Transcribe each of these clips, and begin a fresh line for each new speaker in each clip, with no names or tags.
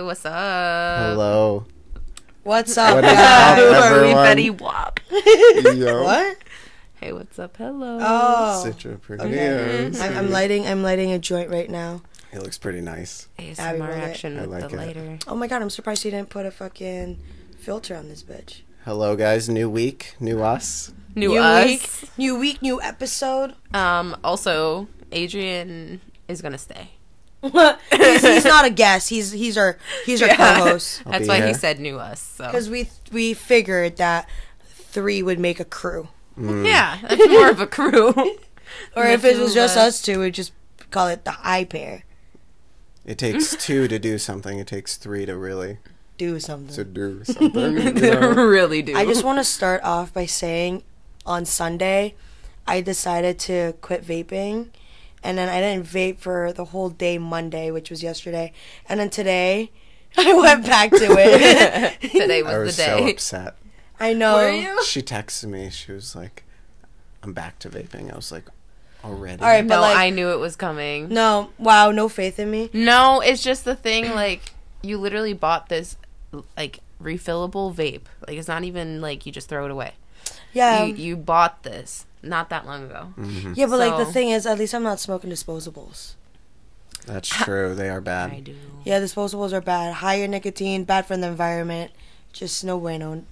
What's up?
Hello.
What's up,
What is
guys?
Who
up,
are we,
everyone?
Betty Wap?
Yo.
What?
hey, what's up? Hello.
Oh,
Citra
Okay.
premieres.
I'm, I'm lighting. I'm lighting a joint right now.
He looks pretty nice.
Abby
ASMR
wrote it.
action
I
with
like
the
it.
lighter.
Oh my god, I'm surprised she didn't put a fucking filter on this bitch.
Hello, guys. New week, new us.
New, us.
week, new week, new episode.
Um, also, Adrian is going to stay.
he's, he's not a guest. He's he's our he's our
Yeah.
co-host
I'll
That's
be
why he
here.
said new us. So
because we we figured that three would make a crew,
Hmm.
yeah, that's more of a crew.
or if it was just us two, we'd just call it the high pair.
It takes two to do something. It takes three to really
Do something.
to do something. you
They
know?
really do.
I just want to start off by saying on Sunday, I decided to quit vaping. And then I didn't vape for the whole day Monday, which was yesterday. And then today, I went back to it.
Today was,
I was
the
so
day.
upset.
I know.
Were you?
She texted me. She was like, "I'm back to vaping." I was like, "Already?"
All right,
No,
but like,
I knew it was coming.
no, wow, no faith in me.
No, it's just the thing. Like you literally bought this like refillable vape. Like it's not even like you just throw it away.
Yeah,
you you bought this not that long ago.
Mm-hmm.
yeah, but like the
so-
thing is, at least I'm not smoking disposables.
That's true. They are
I
bad.
do.
Yeah, disposables are bad. Higher nicotine, bad for the environment. Just no bueno.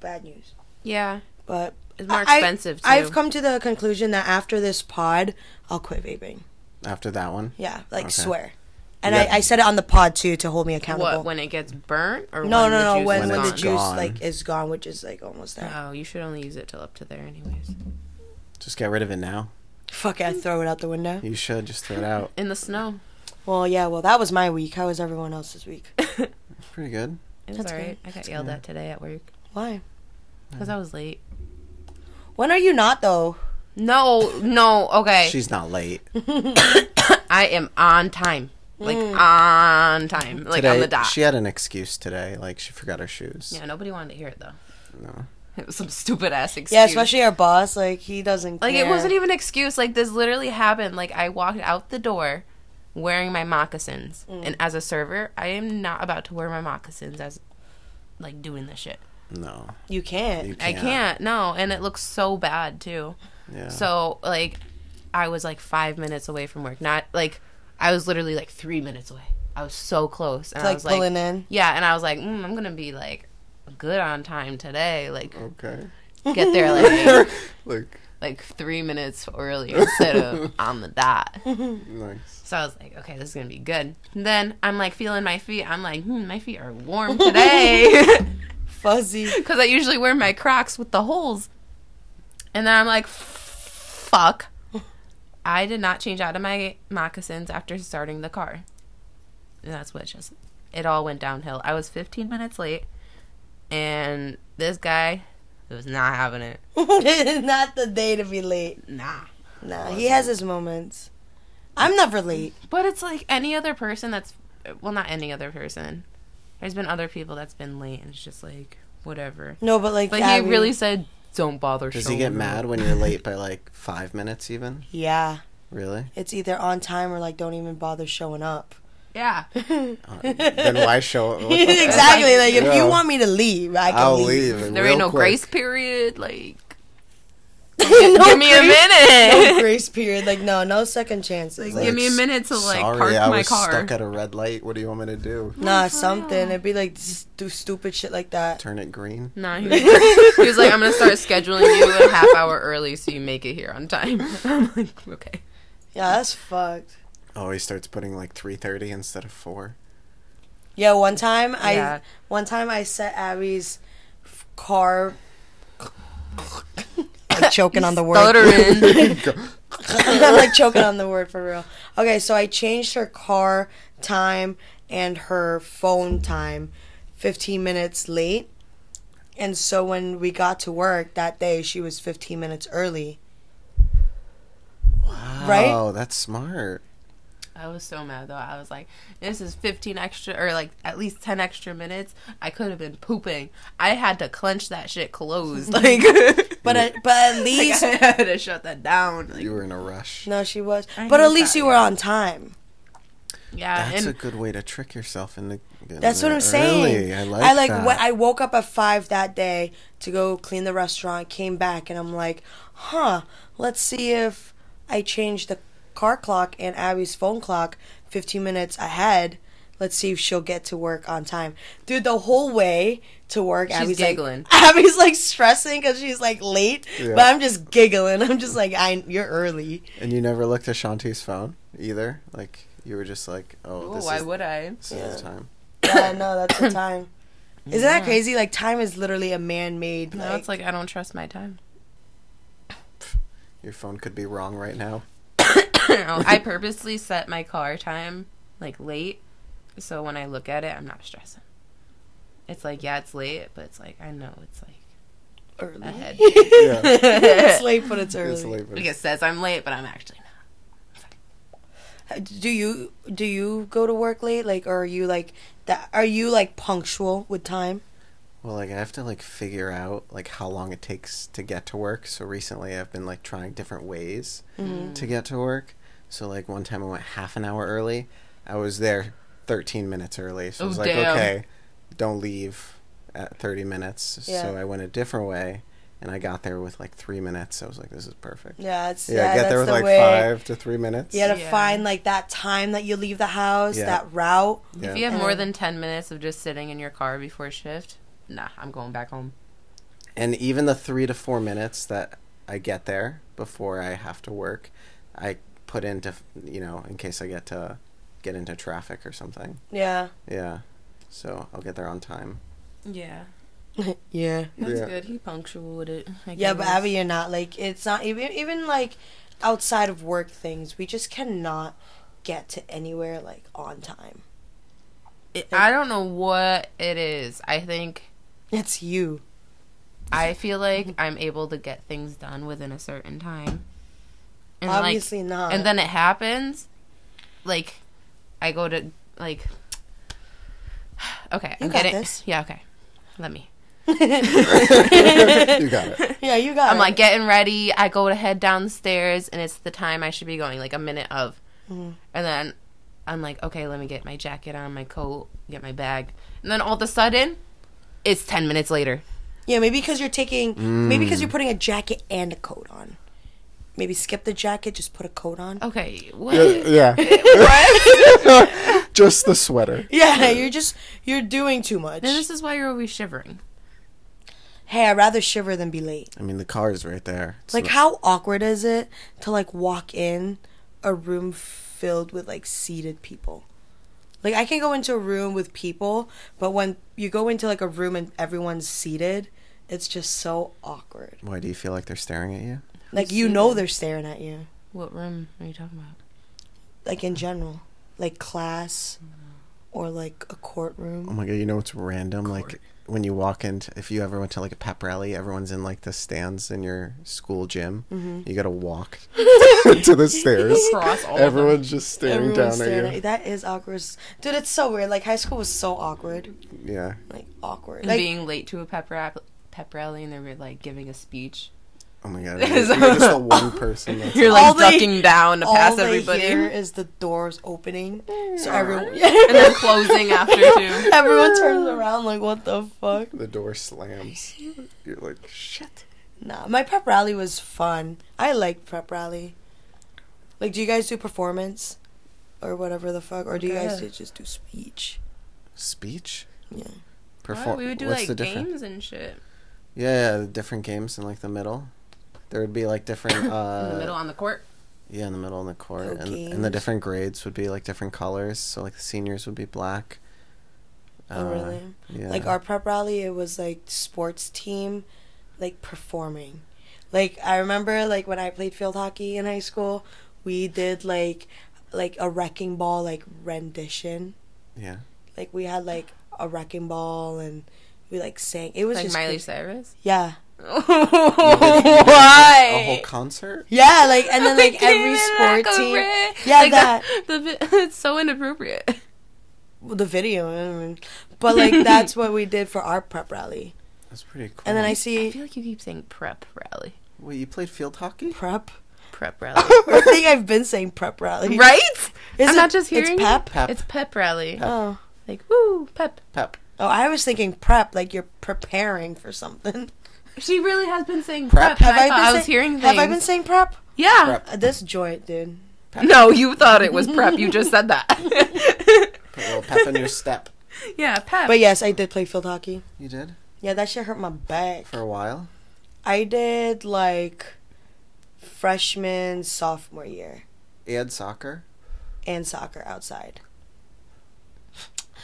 Bad news.
Yeah,
But
it's more
I-
expensive too.
I've come to the conclusion that after this pod, I'll quit vaping.
After that one,
Yeah, like
Okay.
swear. And
Yeah.
I, I said it on the pod too to hold me accountable.
what when it gets burnt or
no,
when the
no, no.
juice
When
is
when the
gone?
juice
Gone.
like is gone, which is like almost there.
Oh, you should only use it till up to there, anyways.
just get rid of it now.
Fuck it, I throw it out the window.
You should just throw it out.
In the snow,
Well, yeah. Well, that was my week. How was everyone else's week?
It's pretty good.
it was
That's
alright. I got yelled at today at work
Why?
Mm.
because I was late.
When are you not though?
No, no. Okay,
She's not late.
I am on time. Like on time. Like
today,
on the dot.
she had an excuse today. Like she forgot her shoes.
yeah, nobody wanted to hear it though.
No.
It was some stupid ass excuse.
Yeah, especially our boss. Like he doesn't.
Like it
care.
wasn't even an excuse. Like this literally happened. Like I walked out the door wearing my moccasins,
Mm.
and as a server, I am not about to wear my moccasins as like doing this shit.
No.
You can't.
You
I can't. No, and it looks so bad too.
Yeah.
So like, I was like five minutes away from work. Not like I was literally like three minutes away. I was so close. And I
like
was
pulling in.
Yeah, and I was like, mm, I'm gonna be like good on time today. Like
Okay.
get there like
Look.
like three minutes earlier instead of on the dot.
Nice.
So I was like, okay, this is gonna be good. And then I'm like feeling my feet. I'm like, hmm, my feet are warm today
Fuzzy.
because I usually wear my Crocs with the holes. And then I'm like, fuck. I did not change out of my moccasins after starting the car. And that's what just it all went downhill. I was 15 minutes late, and this guy was not having it.
not the day to be late.
Nah.
Nah, he has his moments. I'm never late.
But it's like any other person that's well, not any other person. There's been other people that's been late, and it's just like whatever.
No, but like.
But
yeah,
he
we-
really said, "Don't bother."
Does he
showing
get
up."
mad when you're late by like five minutes even?
Yeah,
Really?
it's either on time or like don't even bother showing up.
Yeah,
Uh, then why show up? What the fuck?
exactly. Like if
Yeah.
you want me to leave, I can
I'll
leave.
leave.
there
real
ain't no
quick.
grace period. Like,
no
give me a
grace- No
minute.
grace period. Like no, no second chances. Like,
give me a minute to like
Sorry,
park
I
my
was
car.
stuck at a red light. What do you want me to do?
nah, something. It'd be like just do stupid shit like that.
Turn it green?
no, he was, he was like, "I'm gonna start scheduling you a half hour early so you make it here on time." I'm like, okay.
Yeah, that's fucked.
Oh, he starts putting like three thirty instead of four.
Yeah, one time I
Yeah.
one time I set Abby's f- car. like choking on the word.
Stuttering.
I'm like choking on the word for real. Okay, so I changed her car time and her phone time 15 minutes late. And so when we got to work that day, she was 15 minutes early. Right?
Oh, that's smart.
I was so mad though. I was like, this is 15 extra or like at least 10 extra minutes. I could have been pooping. I had to clench that shit closed. Like,
But at, but at least
I had to shut that down. Like,
You were in a rush.
no, she was.
I
But at
hate
least
that,
you were on time.
Yeah,
That's
and
a good way to trick yourself into. getting
That's what
there
I'm saying.
early. I like.
I like.
That.
wa- I woke up at five that day to go clean the restaurant. Came back and I'm like, huh. Let's see if I change the car clock and Abby's phone clock 15 minutes ahead. Let's see if she'll get to work on time. Dude, the whole way to work,
She's
Abby's
giggling.
like, Abby's like stressing because she's like late,
Yeah.
but I'm just giggling. I'm just like, I, you're early.
And you never looked at Shanti's phone either. Like you were just like, oh,
Ooh,
this
why
is,
would I?
this is the time.
yeah, no, that's the time. Isn't that
Yeah.
crazy? Like time is literally a man-made.
No, it's like I don't trust my time.
Your phone could be wrong right now.
I purposely set my car time like late, so when I look at it, I'm not stressing. It's like yeah, it's late, but it's like I know it's like
early.
ahead.
Yeah,
it's late, but it's early.
it's late, but
Like it says I'm late, but I'm actually not.
Uh, Do you do you go to work late? Like, or are you like that? Are you like punctual with time?
Well, like I have to like figure out like how long it takes to get to work. So recently, I've been like trying different ways
Mm-hmm.
to get to work. So like one time I went half an hour early. I was there 13 minutes early. So I
Oh,
was like,
damn.
okay, don't leave at 30 minutes.
Yeah.
So I went a different way, and I got there with like three minutes. I was like, this is perfect.
Yeah, it's
Yeah,
yeah.
get
that's
there with
the
like
way.
five to three minutes.
You gotta
Yeah.
find like that time that you leave the house,
Yeah.
that route.
Yeah.
If you have more
And-
than ten minutes of just sitting in your car before shift, nah, I'm going back home.
and even the three to four minutes that I get there before I have to work, I put into you know in case I get to get into traffic or something.
Yeah,
Yeah, so I'll get there on time.
Yeah,
yeah,
that's
Yeah.
good. He punctual with it. I
yeah. But
guess.
Abby, you're not like it's not even even like outside of work things. We just cannot get to anywhere like on time.
It- I don't know what it is. I think
It's you.
I feel like
Mm-hmm.
I'm able to get things done within a certain time. And like-
Obviously not.
and then it happens. Like I go to like Okay,
You
I'm
got
getting
this.
Yeah, okay. Let me.
You got it.
yeah, you got.
I'm
it.
like getting ready. I go to head downstairs and it's the time I should be going, like a minute of. And then I'm like, okay, let me get my jacket on, my coat, get my bag. And then all of a sudden, it's 10 minutes later.
Yeah, maybe because you're taking, maybe because
Mm.
you're putting a jacket and a coat on. Maybe skip the jacket, just put a coat
Oh.
on.
Okay, what?
yeah,
what?
just the sweater.
Yeah, you're just you're doing too much.
And this is why you're always shivering.
Hey, I'd rather shiver than be late.
I mean, the car is right there. It's
Like, how awkward is it to like walk in a room filled with like seated people? Like, I can go into a room with people, but when you go into like a room and everyone's seated, it's just so awkward.
Why do you feel like they're staring at you?
Like, you know they're staring at you.
What room are you talking about?
Like in general, like class or like a courtroom.
Oh my god, you know what's random? Like when you walk into, if you ever went to like a pep rally, everyone's in like the stands in your school gym. You gotta walk to the stairs.
Mm-hmm. Cross all of them.
everyone's just staring
Everyone's
down
staring
at you.
That is awkward, dude. It's so weird. Like high school was so awkward,
Yeah,
like awkward.
And
Like
being late to a pep, rap, pep rally and they were like giving a speech.
Oh my god, you're, you're just the one person. That's
You're
like,
like
All they-
ducking down to
all
pass
they
everybody.
hear is the doors opening, so everyone
and then closing after too.
everyone turns around like, what the fuck?
the door slams. You're like shit.
Nah, my prep rally was fun. I like prep rally. Like, do you guys do performance or whatever the fuck, or do you guys
Okay.
do, just do speech?
Speech.
Yeah.
Perform.
we would do
What's
like
the different?
games and shit.
Yeah, yeah, the different games in like the middle. There would be like different. Uh,
In the middle on the court.
Yeah, in the middle and the court,
Oh,
and, and the
games.
different grades would be like different colors. So like the seniors would be black.
Oh,
Uh,
really?
Yeah.
Like our prep rally, it was like sports team, like performing. Like I remember, like when I played field hockey in high school, we did like like a wrecking ball like rendition.
yeah.
Like we had like a wrecking ball and we like sang. It was
Like
just
Miley
crazy.
Cyrus.
Yeah,
A whole
Why?
concert.
yeah. Like and then like every sport team. Yeah, that.
The, vi- it's so inappropriate.
Well, the video, I mean, but like that's what we did for our prep rally.
That's pretty cool.
And then I
I
see
feel like you keep saying prep rally.
Wait, you played field hockey?
prep.
Prep rally.
I think I've been saying prep rally.
right?
Is
I'm
it-
not just hearing
It's
it.
pep.
Pep.
It's pep rally.
Oh.
Like woo pep.
Pep.
Oh, I was thinking prep, like you're preparing for something.
She really has been saying prep.
Prep.
Have
and I,
been
thought I was
say-
hearing things.
Have I been saying prep?
Yeah.
Prep.
Uh, This joint, dude.
No, you thought it was prep. You just said that.
Put a little pep in your step.
yeah, pep.
But yes, I did play field hockey.
You did?
Yeah, that shit hurt my back.
For a while?
I did like freshman, sophomore year,
And soccer?
and soccer outside,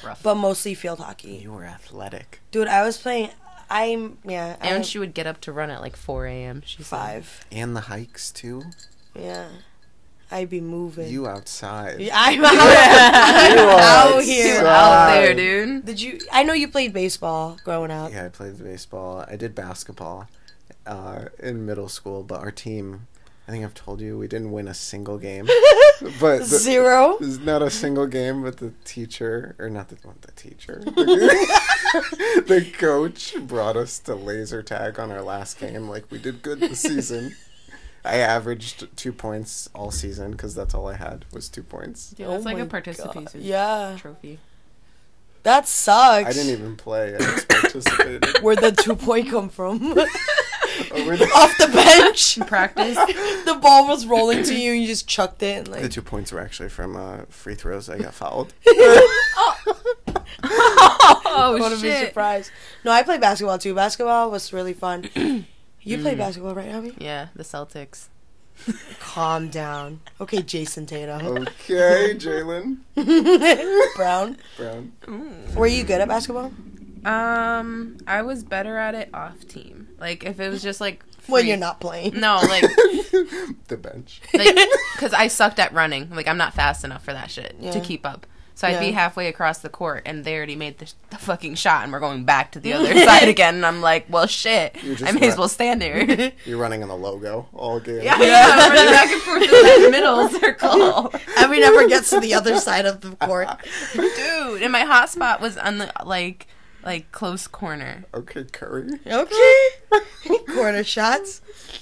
Rough.
but mostly field hockey.
You were athletic.
Dude, I was playing. I'm yeah. I'm
and she would get up to run at like 4 a.m. She said.
five.
And the hikes, too?
Yeah, I'd be moving.
You outside.
Yeah, I'm out,
You
out
outside.
here.
You're out there,
Five.
dude.
Did you? I know you played baseball growing up.
Yeah, I played baseball. I did basketball uh, in middle school, but our team, I think I've told you, we didn't win a single game. but the-
Zero.
There's not a single game, but the teacher, or not the, not the teacher, the coach brought us to laser tag on our last game. Like, we did good this season. I averaged two points all season because that's all I had was two points.
Yeah, that's like
Oh my
a
God.
participation
Yeah,
trophy.
that sucks.
I didn't even play. I just participated.
Where'd the two point come from?
Over the-
Off the bench.
Practice.
the ball was rolling to you and you just chucked it and
The
like
two points were actually from uh, free throws. I got fouled.
oh,
I wouldn't be
shit.
surprised. No, I played basketball too. Basketball was really fun. you
Mm.
play basketball, right, Abby?
Yeah, the Celtics.
Calm down. Okay, Jason Tatum.
Okay, Jalen Oh.
Brown.
Brown.
Were you good at basketball?
Um, I was better at it off team. Like if it was just like
When
free-
you're not playing.
No, like
the bench.
like because I sucked at running. Like I'm not fast enough for that shit
Yeah.
to keep up. So I'd be
Yeah.
halfway across the court, and they already made the, the fucking shot, and we're going back to the other side again. And I'm like, well, shit,
You're
I
just
may as
not-
well stand there. yeah,
You're running on the logo all game.
yeah, I'm running back and forth in that middle circle,
Abby never gets to the other side of the court.
dude. And my hot spot was on the like like close corner.
Okay, Curry.
Okay. Corner shots.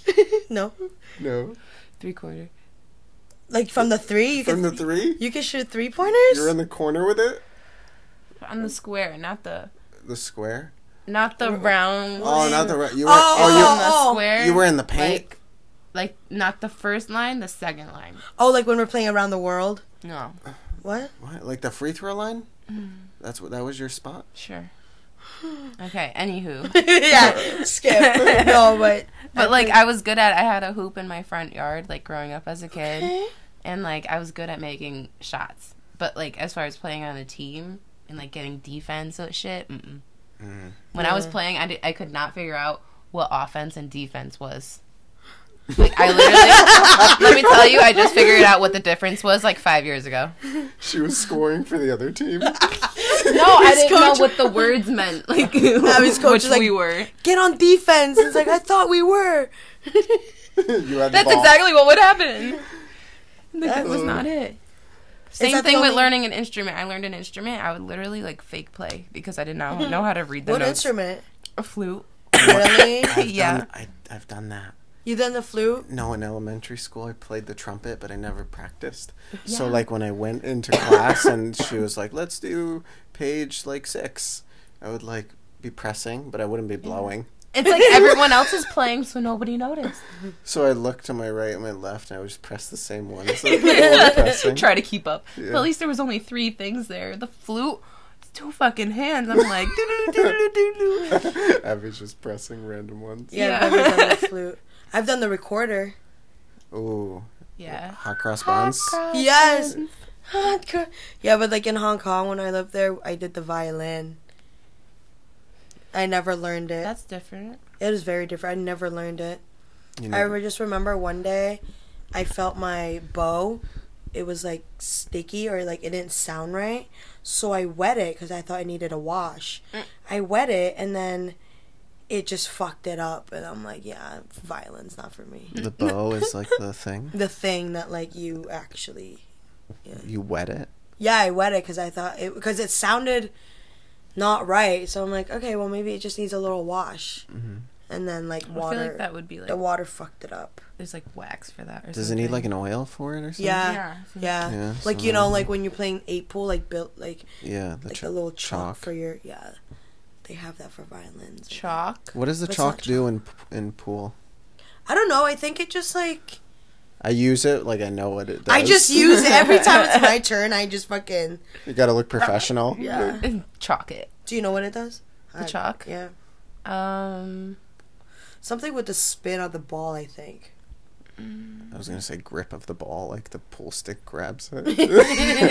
no.
No.
Three quarter.
Like from the three, you
From
can
the three,
you can shoot three pointers.
you're in the corner with it.
On the square, not the
The square.
not the round.
Oh,
one.
not the right. You were.
Oh,
on
Oh,
the
oh, oh.
square.
you. You were in the paint.
like like not the first line, the second line.
oh, like when we're playing around the world.
No,
What?
What? Like the free throw line. That's what. That was your spot.
sure. Okay. Anywho,
yeah, skip. No, but
but like I was good at. I had a hoop in my front yard, like growing up as a kid,
Okay.
and like I was good at making shots. But like as far as playing on a team and like getting defense and shit, mm-mm. when I was playing, I did, I could not figure out what offense and defense was. Like I literally, let me tell you, I just figured out what the difference was like five years ago.
She was scoring for the other team.
No, I didn't
coach-
know what the words meant. Like
his coach
which
is like,
we were.
get on defense. It's like I thought we were.
you had
That's
the ball.
exactly what would happen. Like, that
That's-
was not it. Same
that the
thing with
only-
learning an instrument. I learned an instrument. I would literally like fake play because I did not know how to read the
What
notes.
instrument?
A flute.
Really?
I've
Yeah.
Done, I, I've done that.
You done the flute?
No, in elementary school, I played the trumpet, but I never practiced. So, like, when I went into class and she was like, let's do page, like, six, I would, like, be pressing, but I wouldn't be blowing.
It's like everyone else is playing, so nobody noticed.
So I looked to my right and my left, and I would just press the same one. So I was pressing.
Try to keep up.
Yeah.
But at least there was only three things there. The flute, it's two fucking hands. I'm like, doo-doo-doo-doo-doo-doo.
Abby's just pressing random ones.
Yeah,
Yeah.
I've never done the flute. I've done the recorder.
Ooh.
yeah.
Hot cross buns.
Yes. Yeah, but like in Hong Kong when I lived there, I did the violin. I never learned it.
That's different.
It was very different. I never learned it.
You
I
know,
remember, just remember one day, I felt my bow. It was like sticky or like it didn't sound right. So I wet it because I thought I needed a wash. I wet it and then it just fucked it up. And I'm like, yeah, violin's not for me.
the bow is, like, the thing.
The thing that like you actually.
You wet it.
Yeah, I wet it because I thought it because it sounded not right. So I'm like, okay, well maybe it just needs a little wash. and then like
I feel
water.
like that would be like
the water fucked it up.
there's like wax for that. Or
Does it
something.
need like an oil for it or something?
Yeah, yeah.
Yeah.
Yeah,
like you know,
so-
like when you're playing eight pool, like built like
Yeah, the
like
chalk.
a little chalk,
chalk.
for your yeah. They have that for violins.
chalk?
What does the
But it's not
chalk do in in pool?
I don't know. I think it just like
I use it like I know what it does.
I just use it every time it's my turn. I just fucking
you gotta look professional.
yeah.
chalk it.
Do you know what it does?
The
I-
chalk?
Uh, Yeah,
Um,
something with the spin on the ball. I think.
I was gonna say grip of the ball, like the pool stick grabs it.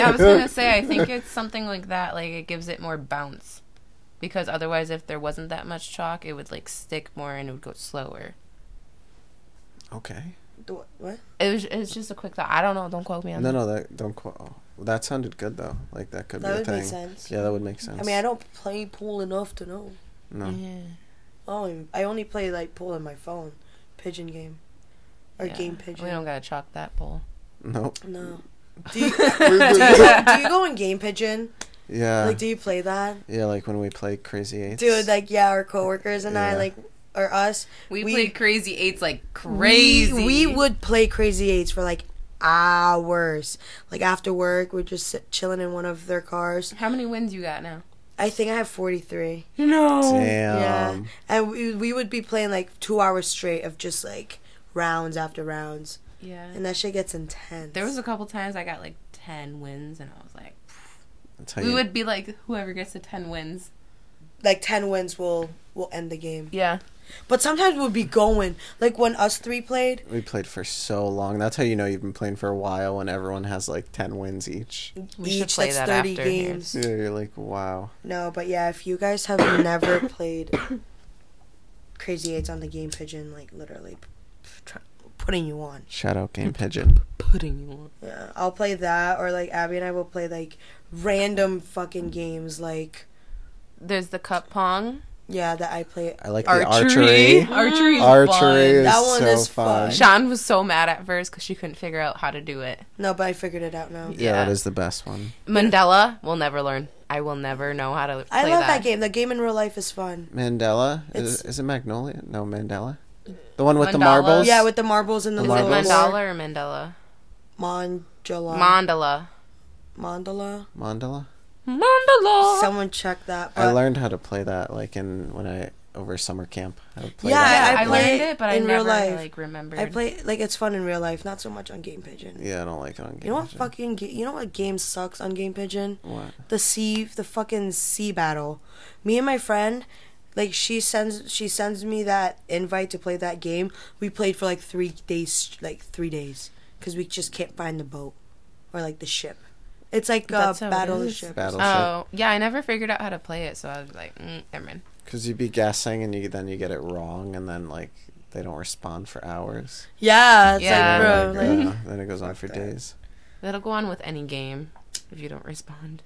I was gonna say I think it's something like that. Like it gives it more bounce, because otherwise, if there wasn't that much chalk, it would like stick more and it would go slower.
Okay.
The wha- What?
It was. It's just a quick thought. I don't know. Don't quote me on
No,
that.
no, that don't. Qu- oh, well, that sounded good though. Like that could
That
be a
would
thing.
make sense.
Yeah, that would make sense.
I mean, I don't play pool enough to know.
No.
Yeah.
Oh, I only play like pool on my phone, pigeon game, or
Yeah.
game pigeon.
We don't gotta chalk that bowl.
Nope.
No. Do you, do, you go, do you go in game pigeon?
Yeah.
Like, do you play that?
yeah, like when we play Crazy Eights.
Dude, like, yeah, our coworkers and I,
Yeah.
like, or us,
We,
We-
played Crazy Eights like
we-
crazy.
We, would play Crazy Eights for like hours. Like after work, we'd just sit chilling in one of their cars.
How many wins you got now?
I think I have forty three.
No.
Damn.
Yeah, and we we would be playing like two hours straight of just like rounds after rounds,
Yeah.
and that shit gets intense.
There was a couple times I got like ten wins, and I was like,
That's how
we
you-
would be like, whoever gets the ten wins.
like ten wins will will end the game.
Yeah.
But sometimes we'd be going like when us three played.
We played for so long. That's how you know you've been playing for a while when everyone has like 10 wins each.
We should play that after here.
Yeah, you're like, wow.
No, but yeah, if you guys have never played Crazy Eights on the Game Pigeon, like literally p- p- try- putting you on.
Shout out Game Pigeon.
Putting you on.
Yeah, I'll play that, or like Abby and I will play like random fucking games, like
There's the cup pong.
yeah, that I play.
I like
Archery.
the
Archery.
archery. Archery is
Archery.
That one
so
is
fun.
fun.
Sean was so mad at first because she couldn't figure out how to do it.
No, but I figured it out now.
Yeah,
Yeah.
that is the best one.
Mandela will never learn. I will never know how to play
I love that. game. The game in real life is fun.
Mandela? Is,
It's-
is it Magnolia? No, Mandela. The one with the
Mandala.
marbles?
Yeah, with the marbles and the
The
Is it
marbles.
little
mandala or mandala?
Mandala.
Mandala.
mandala.
Mandela?
Mandala.
Someone check that.
I
but-
learned how to play that like in when I over summer camp. I would play
Yeah,
that.
I,
I
like-
play-
learned it, but I
in
never
real life.
like remembered.
I play like it's fun in real life, not so much on Game Pigeon.
Yeah, I don't like it on Game
You know what
Pigeon.
fucking ga- you know what game sucks on Game Pigeon?
What?
The sea, the fucking sea battle. Me and my friend, like she sends she sends me that invite to play that game. We played for like three days, like three days, because we just can't find the boat or like the ship. It's like uh,
That's how it
battle of the
is.
ship.
Battle
Oh yeah, I never figured out how to play it, so I was like, mm, never mind.
Because you'd be guessing and you then you get it wrong and then like they don't respond for hours.
Yeah, it's
Yeah.
like bro,
Like,
like
uh, then it goes on for days.
That'll go on with any game if you don't respond.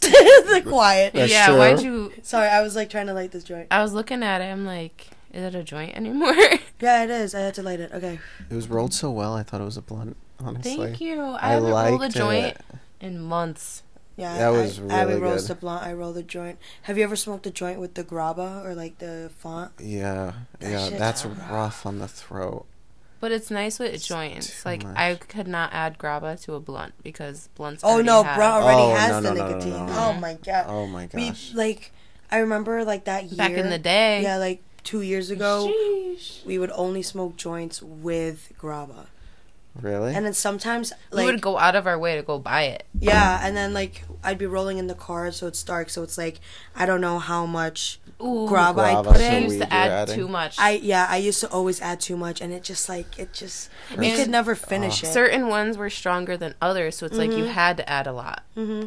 the quiet.
That's
yeah,
true.
why'd you?
Sorry, I was like trying to light this joint.
I was looking at it. I'm like, is it a joint anymore?
Yeah, it is. I had to light it. Okay.
It was rolled so well. I thought it was a blunt. Honestly,
Thank you. I,
I,
haven't rolled
liked
a joint
it.
in months.
Yeah,
That
I-
was
I
really
would roll
good.
the blunt. I roll the joint. Have you ever smoked a joint with the graba or like the font?
Yeah,
That
yeah.
shit's
That's
rough.
rough on the throat.
But it's nice with joints.
too
Like
much.
I could not add graba to a blunt because blunts.
Oh
already
no,
have-
bro already
Oh,
has
no, no, no,
the
no,
nicotine.
no.
Oh my god.
Oh my gosh.
We like, I remember like that year.
Back in the day.
Yeah, like two years ago,
Sheesh.
we would only smoke joints with graba,
really?
and then sometimes
we
like
would go out of our way to go buy it.
yeah, and then like I'd be rolling in the car, so it's dark, so it's like I don't know how much
Ooh,
graba,
Graba,
I put
so
I
in.
used
weed
to
you're
add
adding.
too much.
I yeah, I used to always add too much, and it just like it just we
And-
could never finish
Ah.
it.
certain ones were stronger than others, so it's like you
Mm-hmm.
had to add a lot.
Yeah. yeah.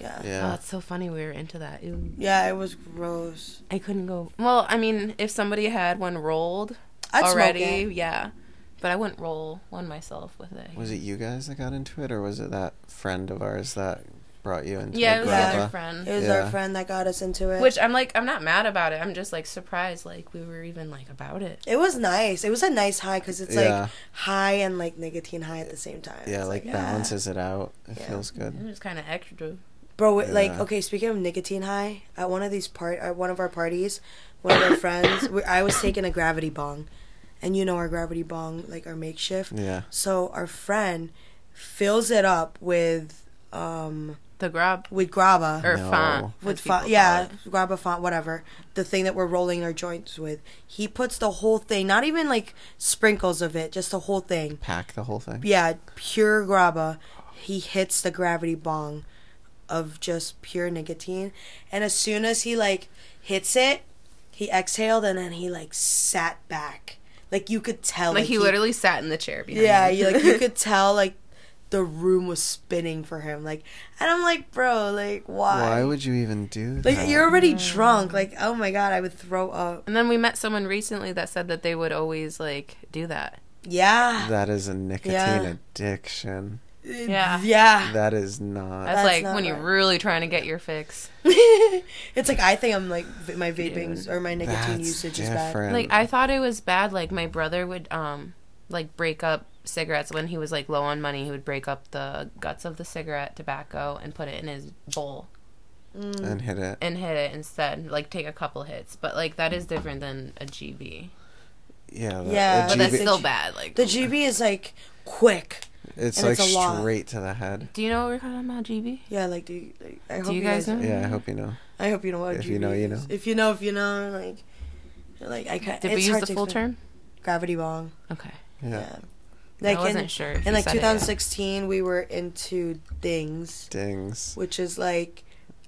Oh,
yeah.
it's so funny we were into that. Ew.
it was gross.
I couldn't go. Well, I mean, if somebody had one rolled
I'd smoke
already,
it.
yeah, but I wouldn't roll one myself with it.
Was it you guys that got into it, or was it that friend of ours that brought you into
yeah, it
it?
was
Yeah.
another
It
friend.
was our
Yeah.
friend that got us into it.
Which I'm like, I'm not mad about it. I'm just like surprised, like we were even like about it.
it was nice. It was a nice high because it's
Yeah.
like high and like nicotine high at the same time.
Yeah,
It's
like
yeah.
balances it out. It
Yeah.
feels good.
It was kind of extra.
bro. it- Like
Yeah.
okay, speaking of nicotine high, at one of these part at one of our parties, one of my friends. We, I was taking a gravity bong, and you know our gravity bong, like our makeshift.
Yeah.
So our friend fills it up with um
The grab
with grava
or
No.
font. as
with
people
font,
call
yeah,
it.
grab a font, whatever. The thing that we're rolling our joints with. He puts the whole thing, not even like sprinkles of it, just the whole thing.
Pack the whole thing.
Yeah, pure grabba. He hits the gravity bong of just pure nicotine, and as soon as he like hits it, he exhaled and then he like sat back. Like you could tell,
Like he literally sat in the chair behind.
yeah,
me.
you, like you could tell, like the room was spinning for him. Like, and I'm like, bro, like
Why would you even do that?
like you're already drunk. Like oh my god, I would throw up.
and then we met someone recently that said that they would always like do that.
Yeah.
That is a nicotine
Yeah.
addiction.
Yeah.
Yeah.
That is not.
That's,
That's
like
not
when
right.
you're really trying to get your fix.
it's like I think I'm like v- my vaping or my nicotine
that's
usage is bad.
different.
Like I thought it was bad. Like my brother would um like break up cigarettes when he was like low on money. He would break up the guts of the cigarette tobacco and put it in his bowl
and hit it.
and hit it instead. Like take a couple hits, but like that is different than a GB.
Yeah. That,
Yeah,
the
But that's
GB
GB
still bad. Like
The GB is like quick.
it's
and
like
it's a lot.
straight to the head.
do you know what we're talking about GB?
Yeah, like do you, like, I hope
you
you
guys
guys,
know?
Yeah, I hope you know.
I hope you know what
If
GB
you know, you
is.
know.
If you know, if you know, like like I can't.
Did
it's
we use
hard
the
to
full
explain.
term?
Gravity bong.
Okay.
Yeah.
Yeah.
I
Like
wasn't
in,
sure if
In
you
like
said it yet.
2016, we were into things.
Dings.
which is like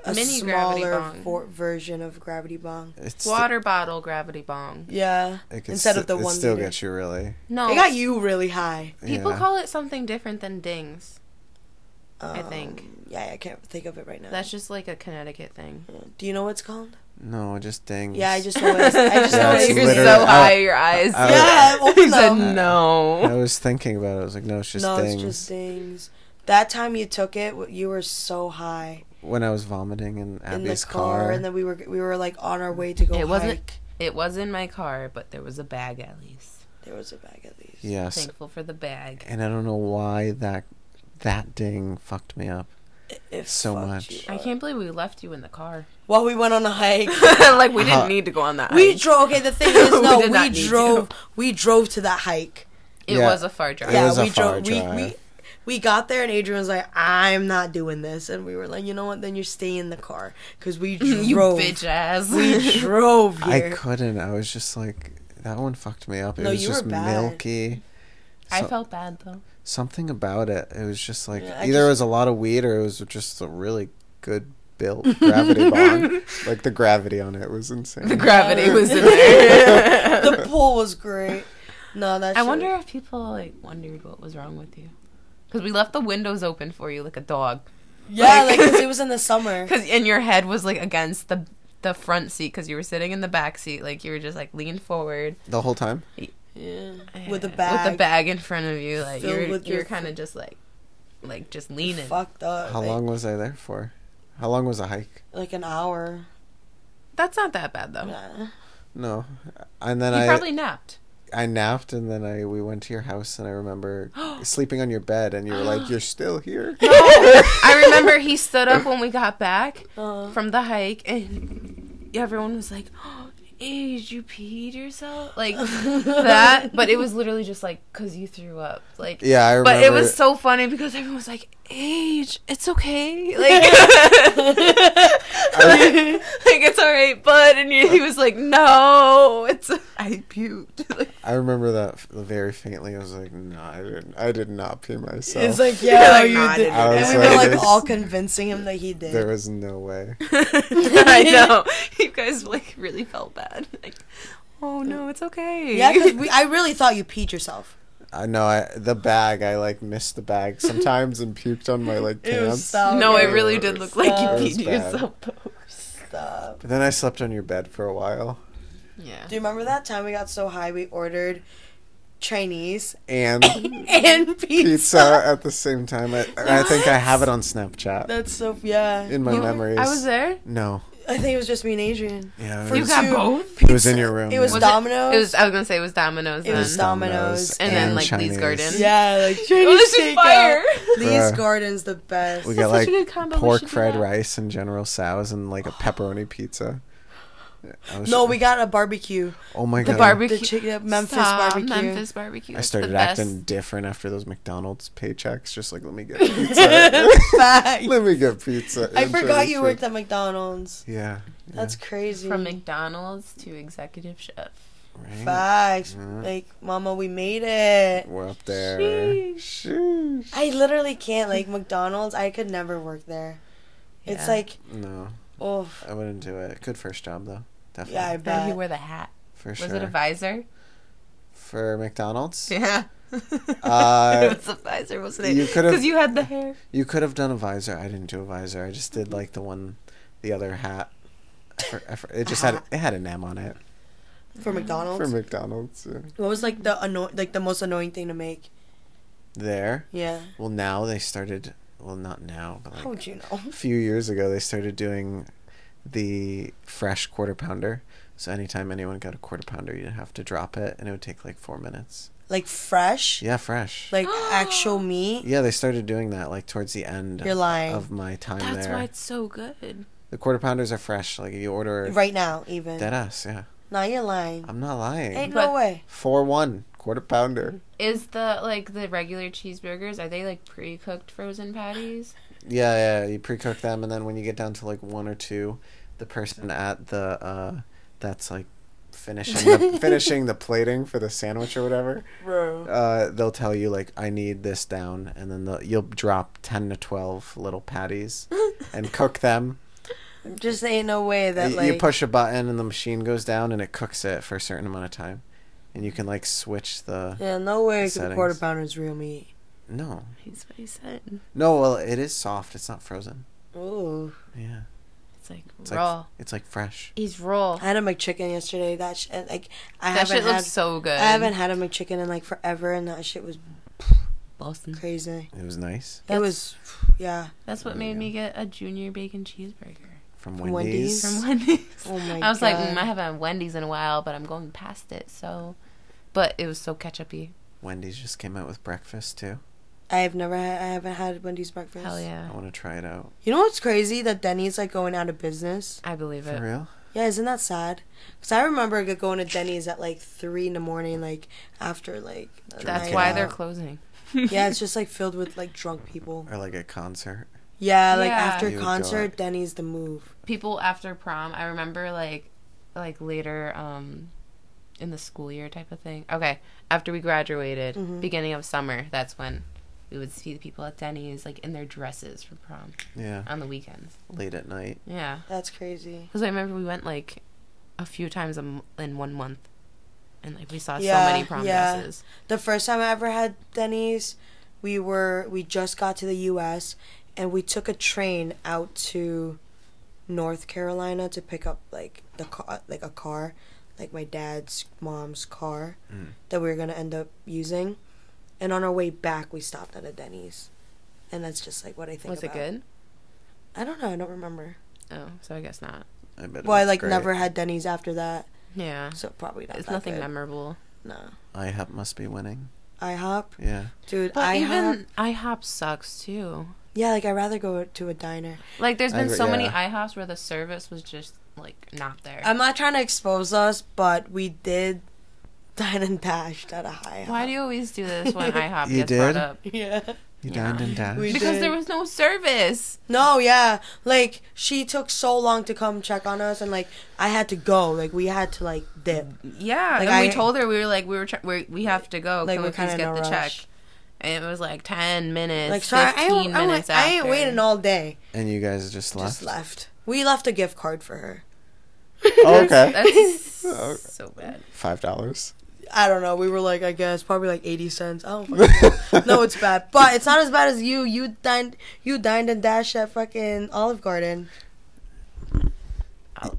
a
Mini gravity
smaller
bong.
for- version of gravity bong.
It's
Water bottle gravity bong.
Yeah,
it could
instead of the
sti- it
one
still
liter.
gets you really.
No,
It got you really high.
people
yeah.
call it something different than dings. I think.
Um, Yeah, I can't think of it right now. Uh,
That's just like a Connecticut thing.
Do you know what it's called?
No, just dings.
Yeah, I just know what it's, I just know
Yeah,
what
it's
it's
You're
literally-
so
I-
high, your eyes.
I-
Yeah, open
He said
them.
I
no.
was thinking about it. I was like, no, it's just
no,
dings.
it's just things. That time you took it, w- you were so high
When I was vomiting in
in the
Abby's
car, and then we were we were like on our way to go.
It wasn't-
hike.
It was in my car, but there was a bag at least.
There was a bag at least.
yes,
Thankful for the bag.
and I don't know why that that ding fucked me up.
It- it
So
fucked
much.
you
I
up.
can't believe we left you in the car.
While we went on a hike.
like we
Uh-huh.
didn't
Uh,
need to go on that.
We
hike.
drove. Okay, the thing is,
We
no,
did
we,
not need to.
drove. We drove to that hike.
it
Yeah.
was a far drive.
was a
we
far
We, we
drive.
we got there, and Adrian was like, "I'm not doing this," and we were like, "You know what? Then you stay in the car because we drove.
you bitch ass.
We drove here.
I couldn't. I was just like, that one fucked me up. It
No,
was
you were
just
bad.
milky.
I
So-
felt bad though.
something about it. It was just like
Yeah, I
either it was a lot of weed or it was just a really good built gravity bond. Like the gravity on it was insane.
The gravity was in there.
the pool was great. No, that's.
I wonder if people like wondered what was wrong with you, because we left the windows open for you like a dog.
Yeah, like
like-
'cause it was in the summer.
Because and your head was like against the the front seat because you were sitting in the back seat, like you were just like leaned forward
the whole time.
Yeah, with the
uh,
bag.
with the bag in front of you, like
Filled
you're
with
you're
your
kind
food.
of just like like just leaning.
Fucked up.
How
like,
long was I there for? How long was the hike?
Like an hour.
That's not that bad though.
Yeah.
No. And then
you
I
probably napped.
I napped and then I we went to your house and I remember sleeping on your bed and you were like, You're still here?
I remember he stood up when we got back
Uh,
from the hike, and everyone was like, oh, "Age, you peed yourself?" Like that. But it was literally just like because you threw up. Like
Yeah, I remember
But it was so funny because everyone was like, "Age, it's okay." Like, like it's all right, bud. And he, he was like, "No, it's I puked." Like,
I remember that f- very faintly. I was like, No, I didn't I did not pee myself.
it's like yeah,
Like,
you
nah, I
did.
didn't
do
And
that.
we were like
This-
all convincing him that he did.
there was no way.
I know you guys like really felt bad. Like, oh no, it's okay.
Yeah, because we I really thought you peed yourself.
I know I, the bag. I like missed the bag sometimes and puked on my like
It was
pants.
so
Oh, no, it
Yeah,
really did look like
it
you
was
peed
bad.
yourself.
Stop.
But then I slept on your bed for a while,
Yeah.
Do you remember that time we got so high we ordered Chinese
and
and pizza?
pizza at the same time. I, I think I have it on Snapchat
That's so yeah.
in my memories.
I was there.
No,
I think it was just me and Adrian.
yeah, it
For
You
was,
got
two-
both.
it was in your room.
It was
yeah.
Was
Domino's.
It was. I was gonna say it was Domino's.
It
then.
was Domino's
and then, like, Lee's Garden.
yeah, like Chinese
Oh, this is
takeout.
fire.
Lee's
Bruh.
Garden's the best.
We
That's
got
such a
like
good combo. We
pork
should do
fried
that.
rice and General Sows and like a pepperoni pizza. I was-
No, we got a barbecue.
Oh my
The
god.
barbecue.
The chick- the Memphis
Stop,
barbecue.
Memphis barbecue.
I
It's
started
the best.
acting different after those McDonald's paychecks. Just like let me get pizza.
Fact.
let me get pizza.
I
and
forgot
try
you
to-
worked at McDonald's.
Yeah.
That's crazy.
from McDonald's to executive chef.
Right?
Facts.
Mhm.
Like, mama, we made it.
We're up there.
Sheesh.
Sheesh.
I literally can't like McDonald's. I could never work there. It's
Yeah.
like,
No,
oh,
I wouldn't do it. Good first job though. Definitely.
yeah, I
Did he
bet.
wear the hat?
for
Was
sure.
it a visor?
for McDonald's,
Yeah.
Uh,
it was a visor, wasn't it?
you could've-
because you had the hair.
you could have done a visor. I didn't do a visor. I just
Mm-hmm.
did like the one, the other hat. I for- I for- It just had it had an M on it
For McDonald's.
for McDonald's. yeah.
what was like the anno- like the most annoying thing to make?
There.
Yeah.
Well, now they started. Well, not now, but like
How would you know?
a few years ago, they started doing the fresh quarter pounder. So anytime anyone got a quarter pounder, you'd have to drop it, and it would take like four minutes.
Like fresh,
Yeah, fresh.
like actual meat.
Yeah, they started doing that like towards the end
You're lying.
of my time
That's
there.
why it's so good.
The quarter pounders are fresh. Like you order
Right now, even.
dead ass. Yeah,
Now you're lying.
I'm not lying.
Ain't
But-
no way.
Four one quarter pounder.
Is the like the regular cheeseburgers? Are they like pre-cooked frozen patties?
Yeah, yeah. You pre-cook them, and then when you get down to like one or two, the person at the uh, that's like finishing the, finishing the plating for the sandwich or whatever.
Bro.
Uh, they'll tell you like I need this down, and then they'll- you'll drop ten to twelve little patties and cook them.
Just ain't no way that
Y-
like
you push a button and the machine goes down and it cooks it for a certain amount of time, and you can like switch the
Yeah, no way could a
Settings.
quarter pounder is real meat.
no
He's what he said.
no well it is soft it's not frozen
Ooh.
yeah
It's like
it's
raw.
like it's like fresh
He's raw.
I had a McChicken yesterday. That sh- and, like I
that
haven't
shit
had
looks so good.
I haven't had a McChicken in like forever, and that shit was
Boston.
crazy.
it was nice
it
That's-
was, yeah.
That's what made me get a junior bacon cheeseburger
from
From
Wendy's,
Wendy's?
from Wendy's.
Oh my
I was like,
God.
mm, I haven't had Wendy's in a while, but I'm going past it. So, but it was so ketchupy.
Wendy's just came out with breakfast too
I have never had. I haven't had Wendy's breakfast.
Hell
I
yeah,
want to try it out
You know what's crazy? That Denny's like going out of business.
I believe
for
it.
real
Yeah, isn't that sad? Because I remember g- going to Denny's at like three in the morning, like after like. a
That's
night
why
out.
they're closing.
yeah, it's just like filled with like drunk people.
or like a concert
Yeah, like
Yeah.
after
You would go
concert,
out.
Denny's the move.
people after prom i remember like like later um in the school year type of thing okay after we graduated
Mm-hmm.
beginning of summer that's when we would see the people at denny's like in their dresses for prom
yeah
on the weekends
late at night
yeah
That's crazy.
because i remember we went like a few times a m- in one month and like we saw
Yeah,
so many prom
yeah.
dresses
The first time I ever had Denny's, we were we just got to the U.S. and we took a train out to North Carolina to pick up like the car, like a car, like my dad's mom's car
Mm.
that we were gonna end up using. And on our way back, we stopped at a Denny's, and that's just like what I think.
was it
about.
good
I don't know. I don't remember.
oh so i guess not
I bet it
Well, I
was
like
great.
never had Denny's after that,
yeah
so probably not.
it's
that
Uh-huh. nothing
good.
memorable
No,
IHOP must be winning
IHOP,
yeah
dude.
but
IHOP.
even ihop sucks too
Yeah, like I'd rather go to a diner.
Like there's
I
been
agree,
so many
yeah.
IHOPs where the service was just like not there.
I'm not trying to expose us, but we did dine and dash at a high.
Why do you always do this when IHOP
You
gets
did?
brought up?
Yeah.
you
Yeah.
dined and dashed
We
Because
did.
there was no service.
No, yeah. Like she took so long to come check on us, and like I had to go. Like we had to like dip.
Yeah,
Like,
and we
I-
told her we were like we were try- we we have to go.
Like,
Can
we're
we please
kinda
get
in a
the
rush.
check? And it was like ten minutes,
Like
like
sorry, I,
fifteen
ain't- I,
minutes.
ain't- I ain't
after.
waiting all day.
and you guys just left,
Just left. We left a gift card for her.
Oh, okay
That's
Okay.
so bad.
five dollars
I don't know. We were like, I guess probably like eighty cents. I don't. Fucking know. no, it's bad, but it's not as bad as you. You dined, you dined and dashed at fucking Olive Garden.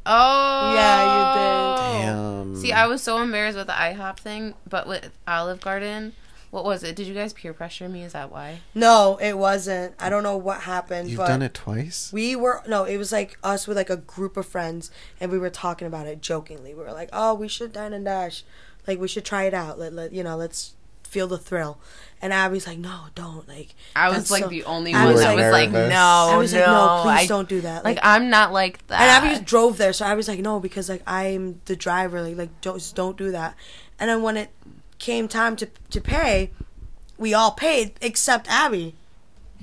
Oh
Yeah,
damn
See, I was so embarrassed with the IHOP thing, but with Olive Garden, what was it? Did you guys peer pressure me? Is that why?
No, it wasn't. I don't know what happened.
you've
but
done it twice
We were no, it was like us with like a group of friends, and we were talking about it jokingly. We were like, "Oh, we should dine and dash, like we should try it out. Let, let you know, let's feel the thrill. And Abby's like, no, don't. Like,
I was
that's
like
so-
the only
I
one
was
that was like,
like-
no,
nervous.
I was
Oh, no,
like, no, please
I-
don't do that.
Like, I'm not like that.
And Abby just drove there, so I was like, no, because like I'm the driver, like like don't just don't do that. And then when it came time to to pay, we all paid except Abby.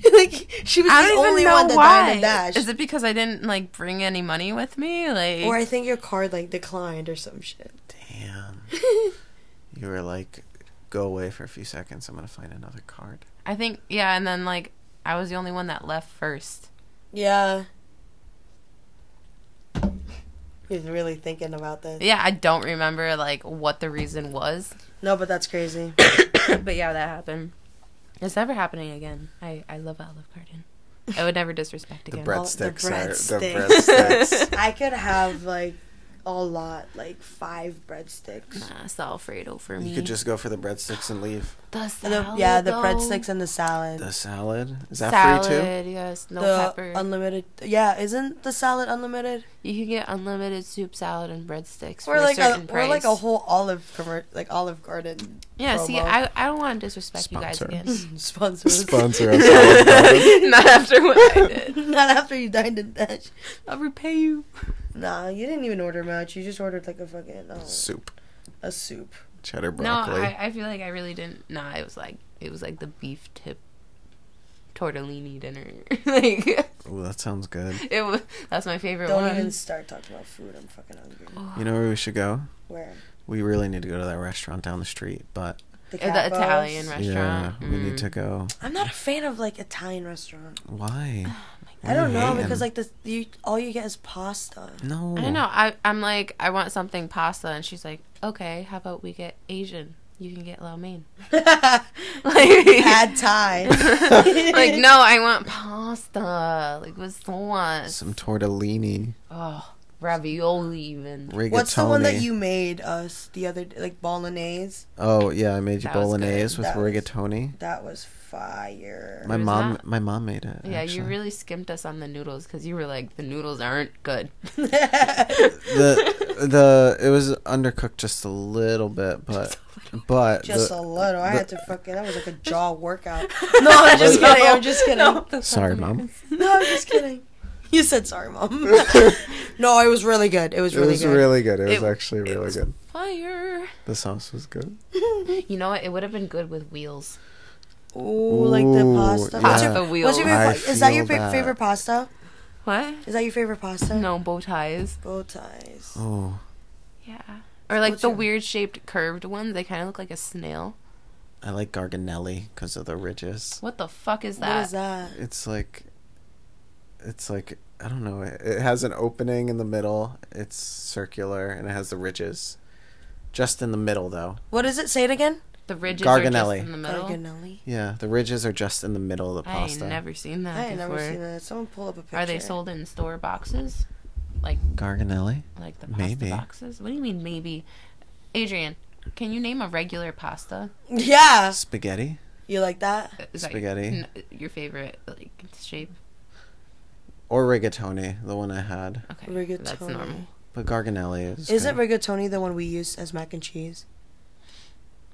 like she was
I
the
don't
only
even know
one that
why.
died and dashed.
Is it because I didn't like bring any money with me? Like,
or I think your card like declined or some shit.
Damn. you were like, go away for a few seconds. I'm gonna find another card.
I think yeah, and then like I was the only one that left first.
Yeah. He's really thinking about this.
Yeah, I don't remember like what the reason was,
No, but that's crazy.
but yeah, that happened. It's never happening again. I I love Olive Garden. I would never disrespect
The
again.
breadsticks are the
breadsticks.
breadsticks.
I could have like a lot, like five breadsticks.
Nah, it's the Alfredo for me.
you could just go for the breadsticks and leave.
the
And the-
salad,
yeah, the
though.
breadsticks and the salad.
The salad is that free
salad, yes, no
the
pepper.
unlimited. Yeah, isn't the salad unlimited?
you can get unlimited soup, salad, and breadsticks for
We're like
a certain
a
price.
we're like a whole olive commer- like Olive Garden
yeah, see,
promo.
I I don't want to disrespect you
Sponsor.
guys again.
sponsor.
too?
us.
Sponsor us. Olive Garden.
Not after what I did.
Not after you dined and dash.
I'll repay you.
Nah, you didn't even order much. You just ordered like a fucking uh,
Soup,
a soup.
cheddar
No,
broccoli.
I, I feel like I really didn't. No, it was like it was like the beef tip tortellini dinner. like
Ooh, that sounds good.
it was. That's my favorite
Don't
one.
even start talking about food. I'm fucking
Oh.
hungry.
You know where we should go?
Where
We really need to go to that restaurant down the street, but
Uh, the
Cat Balls?
Italian restaurant.
yeah, we
Mm.
need to go.
I'm not a fan of like Italian restaurant.
Why?
I don't know
hating?
because like the you all you get is pasta.
No,
I don't know. I I'm like I want something pasta, and she's like, okay, how about we get Asian? You can get lo mein. Like
Pad Thai.
like no, I want pasta. Like with sauce.
Some tortellini,
Oh, ravioli even.
rigatoni.
What's the one that you made us the other day? Like bolognese?
Oh yeah, I made you
That was good.
bolognese with
That was-
rigatoni.
That was fire.
My
was
mom,
that?
my mom made it.
Yeah, you
actually.
really skimped us on the noodles because you were like, the noodles aren't good.
the the it was undercooked just a little bit, but but
just
the-
a little. I
the-
had to fucking. That was like a jaw workout. No, I'm just kidding. I'm just kidding. No,
Sorry, mom.
I'm just kidding. You said sorry, mom. no, it was really good. It was
It
really
was
good.
really good. It was
It-
actually really good.
Fire.
The sauce was good.
You know what? It would have been good with wheels.
Ooh, like the
Ooh,
pasta.
yeah.
What's your,
Pasta
what's
wheels.
your favorite?
I
pa- is that your
feel
fa-
that.
favorite pasta?
What?
Is that your favorite pasta?
No bow ties.
Bow ties.
Oh,
Yeah. Or like
What's
the
your-
weird shaped curved ones. They kind of look like a snail.
I like garganelli because of the ridges.
What the fuck is that?
What is that?
It's like, it's like I don't know. It, it has an opening in the middle. It's circular and it has the ridges, just in the middle though.
What is it? Say it again.
The ridges are
Garganelli.
just in the middle.
Garganelli.
Yeah, the ridges are just in the middle of the
I ain't
pasta.
never seen that
I ain't
before.
never seen that. Someone pull up a picture.
Are they sold in store boxes? Like
Garganelli.
like the pasta
Maybe.
boxes? What do you mean maybe? Adrian, can you name a regular pasta?
Yeah.
Spaghetti.
You like that?
Is that
Spaghetti.
n- your favorite like shape?
Or rigatoni, the one I had.
Okay, that's
Rigatoni.
normal.
But garganelli is.
Isn't
good.
rigatoni the one we use as mac and cheese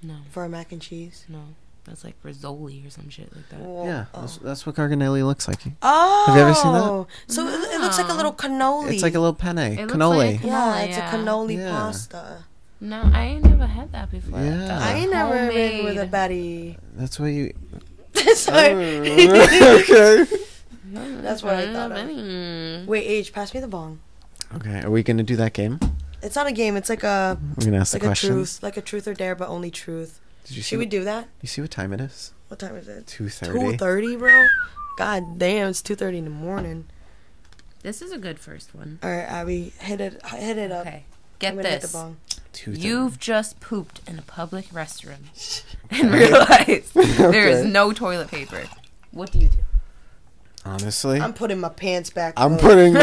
No,
for our mac and cheese?
no, that's like rizzoli or some shit like that.
Well,
yeah,
Oh.
that's, that's what garganelli looks like.
Oh.
Have you ever seen that?
So it, it looks like a little cannoli.
It's like a little penne,
looks
cannoli.
like a
yeah,
Cannoli,
it's
yeah.
a cannoli
Yeah.
pasta.
No, I ain't never had that before.
Yeah.
That's
I ain't never been with a
homemade.
Betty.
That's what you.
Sorry.
okay.
Mm-hmm.
That's what I thought of.
Mm.
Wait, Age, pass me the bong.
Okay. Are we gonna do that game?
It's not a game. It's like a
I'm gonna ask
like
the
a
question.
truth, like a truth or dare, but only truth.
Did you see?
Should we
What,
do that?
you see what time it is?
What time is it?
Two thirty.
Two thirty, bro. God damn, it's two thirty in the morning.
This is a good first one.
All right, Abby, hit it, hit it up.
Okay, get
I'm gonna hit the
this.
bong.
Two
You've just pooped in a public restroom and realized there is
Okay.
no toilet paper. What do you do?
Honestly,
I'm
I'm,
putting my pants back. bro.
putting.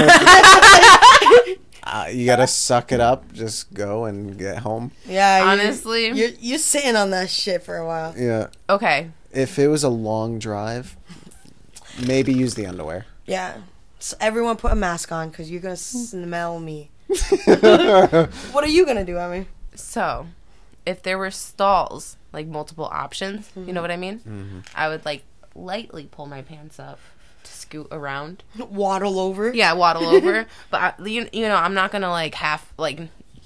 uh, you gotta suck it up. Just go and get home.
Yeah, you-
Honestly?
you're, you're sitting on that shit for a while.
Yeah.
Okay,
If it was a long drive, maybe use the underwear.
Yeah. So everyone put a mask on because you're
Mm.
gonna smell me. What are you gonna do, Abby?
so if there were stalls, like multiple options, you know what I mean? I would like lightly pull my pants up to scoot around.
Waddle over.
Yeah, waddle over, but I, you, you know, I'm not going to like half like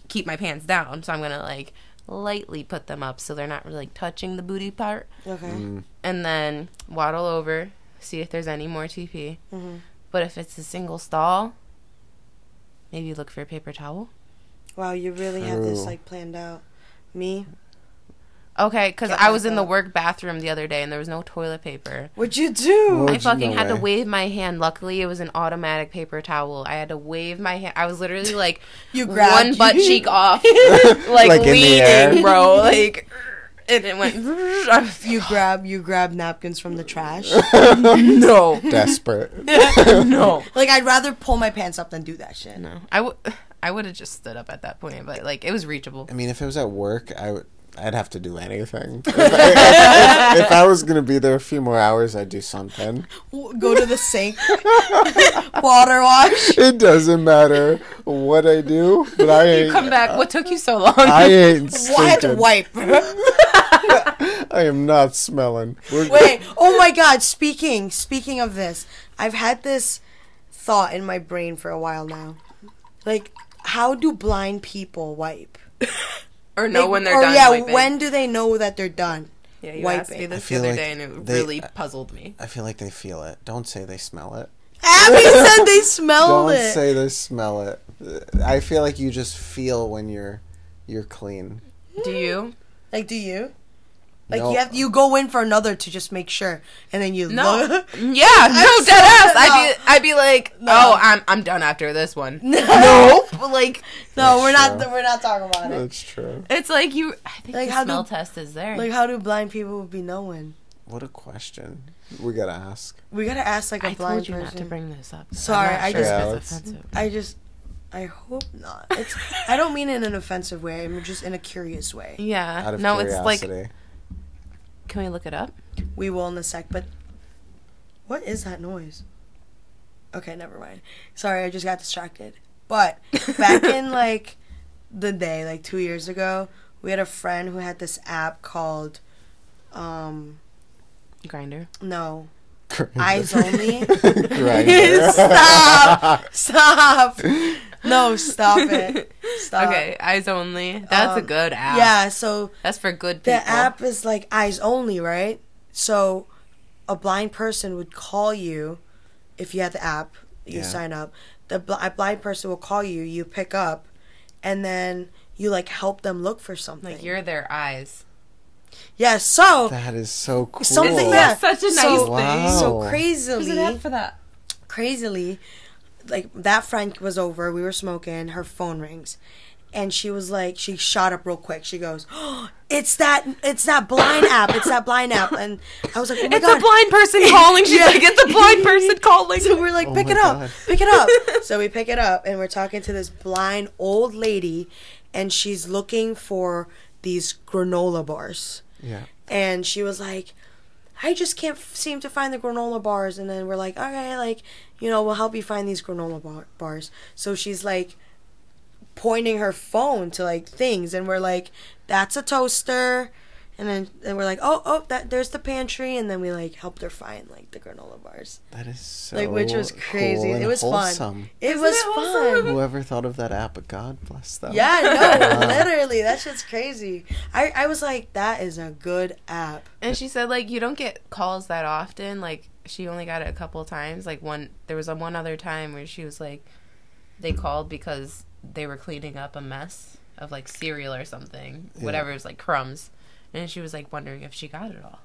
keep my pants down, so I'm going to like lightly put them up so they're not really like, touching the booty part
Okay.
Mm.
and then waddle over, see if there's any more TP. But if it's a single stall, maybe look for a paper towel.
Wow, you really had this
True.
like planned out. Me?
Okay, because
Get
I was
like
in the
that.
work bathroom the other day and there was no toilet paper.
What'd you do?
Well-
I
Which-
fucking
no
had to
way.
wave my hand. Luckily, it was an automatic paper towel. I had to wave my hand. I was literally like
You grabbed
one
you-
butt cheek off, like,
Like in the
leaning,
air.
bro. Like, and it went. I was like,
You grab you grab napkins from the trash. Oh.
no,
Desperate.
no.
like I'd rather pull my pants up than do that shit.
No, I would. I would have just stood up at that point, but like it was reachable.
I mean, if it was at work, I would. I'd have to do anything. If I, if- if I was gonna be there a few more hours, I'd do something.
W- Go to the sink. Water wash.
It doesn't matter what I do, but I ain't.
Come back. What took you so long?
I ain't
Well, I had to
stinking.
wipe.
I am not smelling. We're
Wait. Oh my god, speaking speaking of this, I've had this thought in my brain for a while now. Like, how do blind people wipe?
or no,
Like,
oh, when they're
or,
done.
Yeah,
wiping.
when do they know that they're done?
Yeah, you
wipe
asked me
it.
this
I
the
feel
other
like
day, and it
they-
really puzzled me.
I feel like they feel it. Don't say they smell it.
Abby said they smelled
Don't
it.
say they smell it. I feel like you just feel when you're you're clean.
Do you?
Like, do you? Like
No.
you have you go in for another to just make sure, and then you
No.
look.
yeah. No. Dead ass. I'd
no.
be. I'd be like, oh, I'm. I'm done after this one.
nope. Like no,
That's
we're not.
true.
We're not talking about it.
That's true.
It's like you. I think
Like,
the
how
smell
do-
test is there.
Like how do blind people be knowing?
What a question. We gotta ask.
We gotta ask like a
I
blind
told you not
person.
to bring this up. I'm
Sorry,
not
I
sure if
just-
it's
Yeah,
offensive.
I just, I hope not. It's, I don't mean it in an offensive way. I'm just in a curious way.
Yeah.
Out of
no, it's
curiosity.
like. Can we look it up?
We will in a sec. But what is that noise? Okay, never mind. Sorry, I just got distracted. But back in like the day, like two years ago, we had a friend who had this app called, um,
Grinder.
no,
Grinder.
eyes only.
Grinder.
stop! Stop! No, stop it. Stop.
Okay. Eyes only. That's a
Um,
good app.
Yeah, so
That's for good
the
people.
app is like eyes only, right? So a blind person would call you if you had the app, you
Yeah.
sign up. The bl- a blind person will call you, you pick up, and then you like help them look for something.
Like you're their eyes.
yeah, so
That is so cool.
something
Isn't
yeah,
that such a
so,
nice
thing?
So
Wow.
There's
crazily,
an app for that.
Oh crazily like that friend was over we were smoking her phone rings and she was like she shot up real quick she goes oh, it's that it's that blind app it's that blind app and i was like oh my
it's
god
a blind person calling. She's like, it's a blind person calling.
so we're like
Oh
pick
my
it up
God.
pick it up so we pick it up and we're talking to this blind old lady and she's looking for these granola bars
Yeah.
and she was like i just can't f- seem to find the granola bars and then we're like okay like you know we'll help you find these granola bar- bars so she's like pointing her phone to like things and we're like that's a toaster and then and we're like oh oh that there's the pantry and then we like helped her find like the granola bars
That is so
like which was crazy
cool and
it was
wholesome.
fun it was
it wholesome?
fun
Whoever thought of that app, but God bless them.
yeah no
Wow.
literally that shit's crazy i i was like that is a good app
And she said, like, you don't get calls that often. Like, she only got it a couple of times. Like, one, there was a one other time where she was like, they called because they were cleaning up a mess of like cereal or something,
Yeah.
whatever it was, like crumbs. And she was like wondering if she got it all.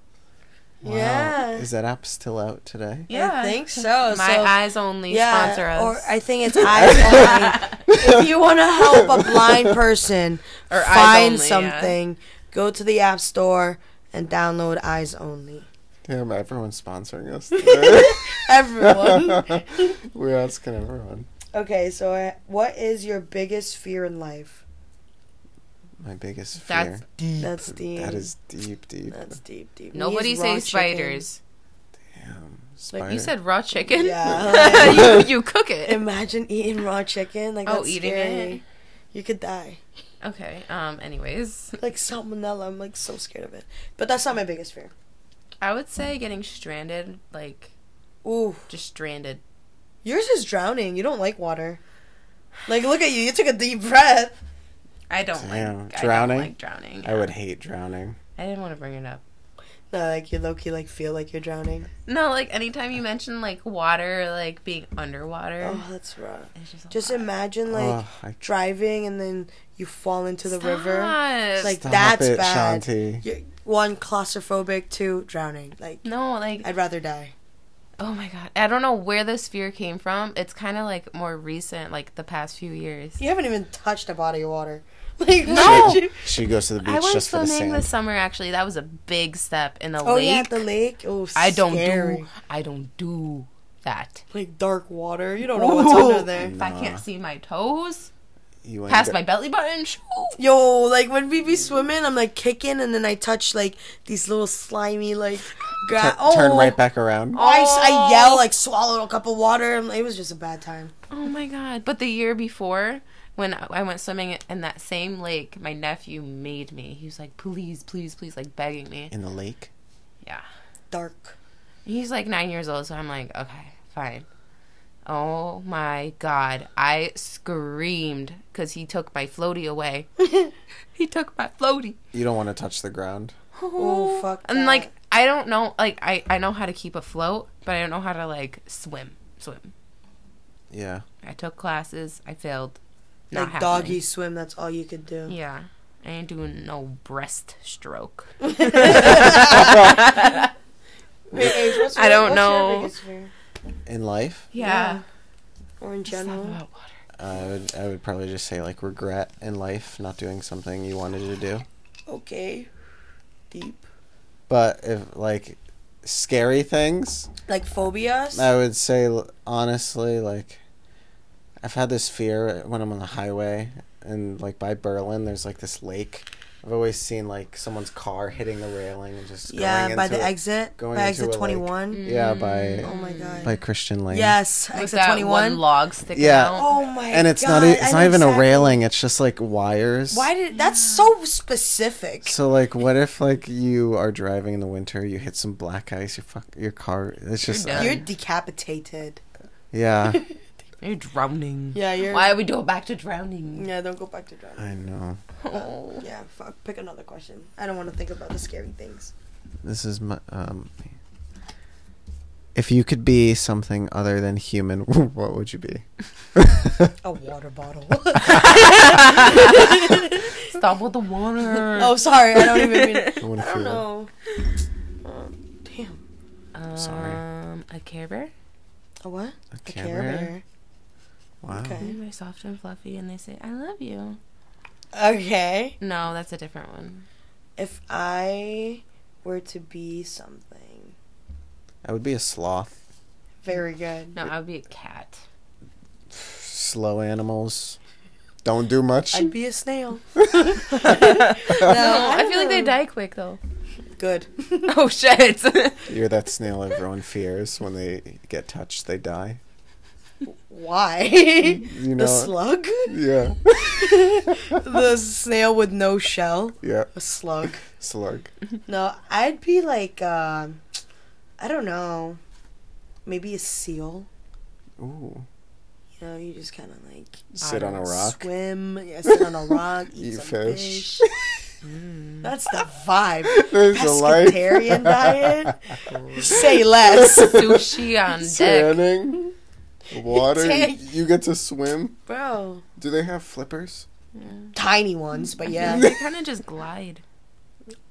Wow.
yeah
Is that app still out today?
I think so.
My
so,
eyes only sponsor us.
Or I E. think it's eyes only. if you want to help a blind person
Or eyes
find
only, yeah.
something, go to the app store and download Eyes Only.
Damn, everyone's sponsoring us today.
Everyone.
We're asking everyone.
okay, so I, what is your biggest fear in life?
My biggest fear.
That's
deep.
That's deep.
That is deep, deep.
That's deep, deep.
Nobody
These raw
says spiders.
Damn.
Like
Spider.
You said raw chicken?
Yeah.
you, you cook
chicken.
it.
Imagine eating raw chicken. Like,
Oh,
that's
eating
scary.
it.
You could die.
Okay. Um. Anyways,
Like salmonella, I'm like so scared of it. But that's not my biggest fear.
I would say getting stranded, like
Ooh,
just stranded.
yours is drowning. You don't like water. Like, look at you. You took a deep breath.
I don't
Damn,
like
drowning?
I don't like drowning.
I would hate drowning.
I didn't want to bring it up.
No, like you low key like feel like you're drowning.
No, like anytime you mention like water, like being underwater,
Oh, that's rough.
it's just a
Just
lot.
imagine like
Ugh, I-
driving and then you fall into the river.
Stop.
Like
Stop
that's
it,
bad.
Shanti.
You're- one claustrophobic, two drowning. Like
no, like
I'd rather die.
oh my god, I don't know where this fear came from. It's kind of like more recent, like the past few years.
You haven't even touched a body of water. Like
No.
no. You...
She goes to the
I
beach
went
just for the
swimming
sand.
this summer. Actually, that was a big step in the
Oh
lake.
yeah, at the lake. Oh,
I don't
scary.
do. I don't do that.
like dark water. You don't know what's under there.
If I can't see my toes
You ain't
past
go-
my belly button, shoot.
Yo, like when we be swimming, I'm like kicking, and then I touch like these little slimy like. Gra-
Tur- Turn
Oh.
right back around.
I, s- I yell like swallow a cup of water. I'm like, it was just a bad time.
Oh my god! But the year before, when I went swimming in that same lake, my nephew made me. He was like, "Please, please, please!" Like begging me.
In the lake?
Yeah.
Dark.
He's like nine years old, so I'm like, okay, fine. Oh my god! I screamed because he took my floaty away. he took my floaty.
You don't want to touch the ground.
Oh fuck.
And
that.
like I don't know, like I I know how to keep afloat, but I don't know how to like swim. Swim.
Yeah.
I took classes. I failed. Not
like
happening.
doggy swim. That's all you could do.
Yeah. I ain't doing no breaststroke.
Wait, Ace, what's
I don't
what's
know.
Your biggest fear?
In life,
Yeah.
Or in
It's not
general.
about water.
I would I would probably just say like regret in life not doing something you wanted to do.
Okay. Deep.
But if like scary things,
Like phobias.
I would say l- honestly like I've had this fear when I'm on the highway and like by Berlin there's like this lake. I've always seen like someone's car hitting the railing and just
yeah,
going
by
into
the
it. Mm.
exit.
going
by
into a
exit
lake.
21.
Mm.
Yeah, by
Oh my god.
by Christian Lane.
yes,
With
exit
that
21.
one log sticking
Yeah.
out.
oh my god.
And it's not e-
I
it's not
know
even a
exactly-
railing, it's just like wires.
Why did that's so specific?
So like, what if like you are driving in the winter, you hit some black ice, your fuck, your car, it's just uh,
done.
You're decapitated.
yeah.
You're drowning.
Yeah, you're
Why are we doing back to drowning?
Yeah, don't go back to drowning.
I know.
Oh.
Yeah, fuck. Pick another question. I don't want to think about the scary things.
This is my um. If you could be something other than human, what would you be?
A water bottle.
Stop with the water.
oh, sorry. I don't even mean. I
I wanna
don't
feel that.
know.
Uh,
Um, damn.
sorry.
Um, a Care Bear.
A what?
A
A
Care
Care
Bear?
Bear.
Wow.
Okay.
They're soft and fluffy, and they say, "I love you."
Okay.
No, that's a different one.
If I were to be something,
I would be a sloth.
very good.
No, I would be a cat.
Slow animals. Don't do much.
I'd be a snail.
No, I,
don't
feel like they
know.
die quick though.
Good.
oh shit.
You're that snail everyone fears. When they get touched, they die.
Why?
You know.
the slug?
yeah.
the snail with no shell?
Yeah.
A slug.
Slug.
No, I'd be like, um, I don't know, maybe a seal.
Ooh.
You know, you just kind of like
Sit on a rock.
swim, yeah, sit on a rock, eat,
Eat
some
fish.
fish.
Mm,
That's the vibe.
There's a life.
Pescatarian diet. Say less,
Sushi on deck.
Tanning, water.
Tan-
You get to swim.
bro.
Do they have flippers?
Tiny ones, but yeah.
They kind of just glide.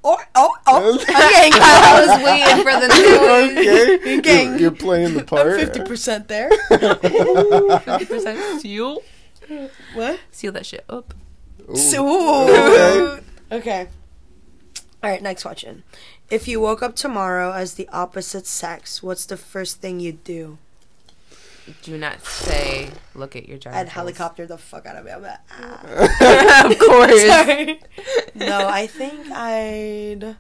Or oh oh,
I
I'm
was waiting for the new
Okay,
Gang.
you're, you're playing the part.
fifty percent there.
fifty percent seal.
What?
Seal that shit up.
Ooh.
So, okay. All right, next question. If you woke up tomorrow as the opposite sex, what's the first thing you'd do?
Do not say. Look at your genitals.
I'd helicopter the fuck out of it. I'm like, ah.
of course.
Sorry. no, I think I'd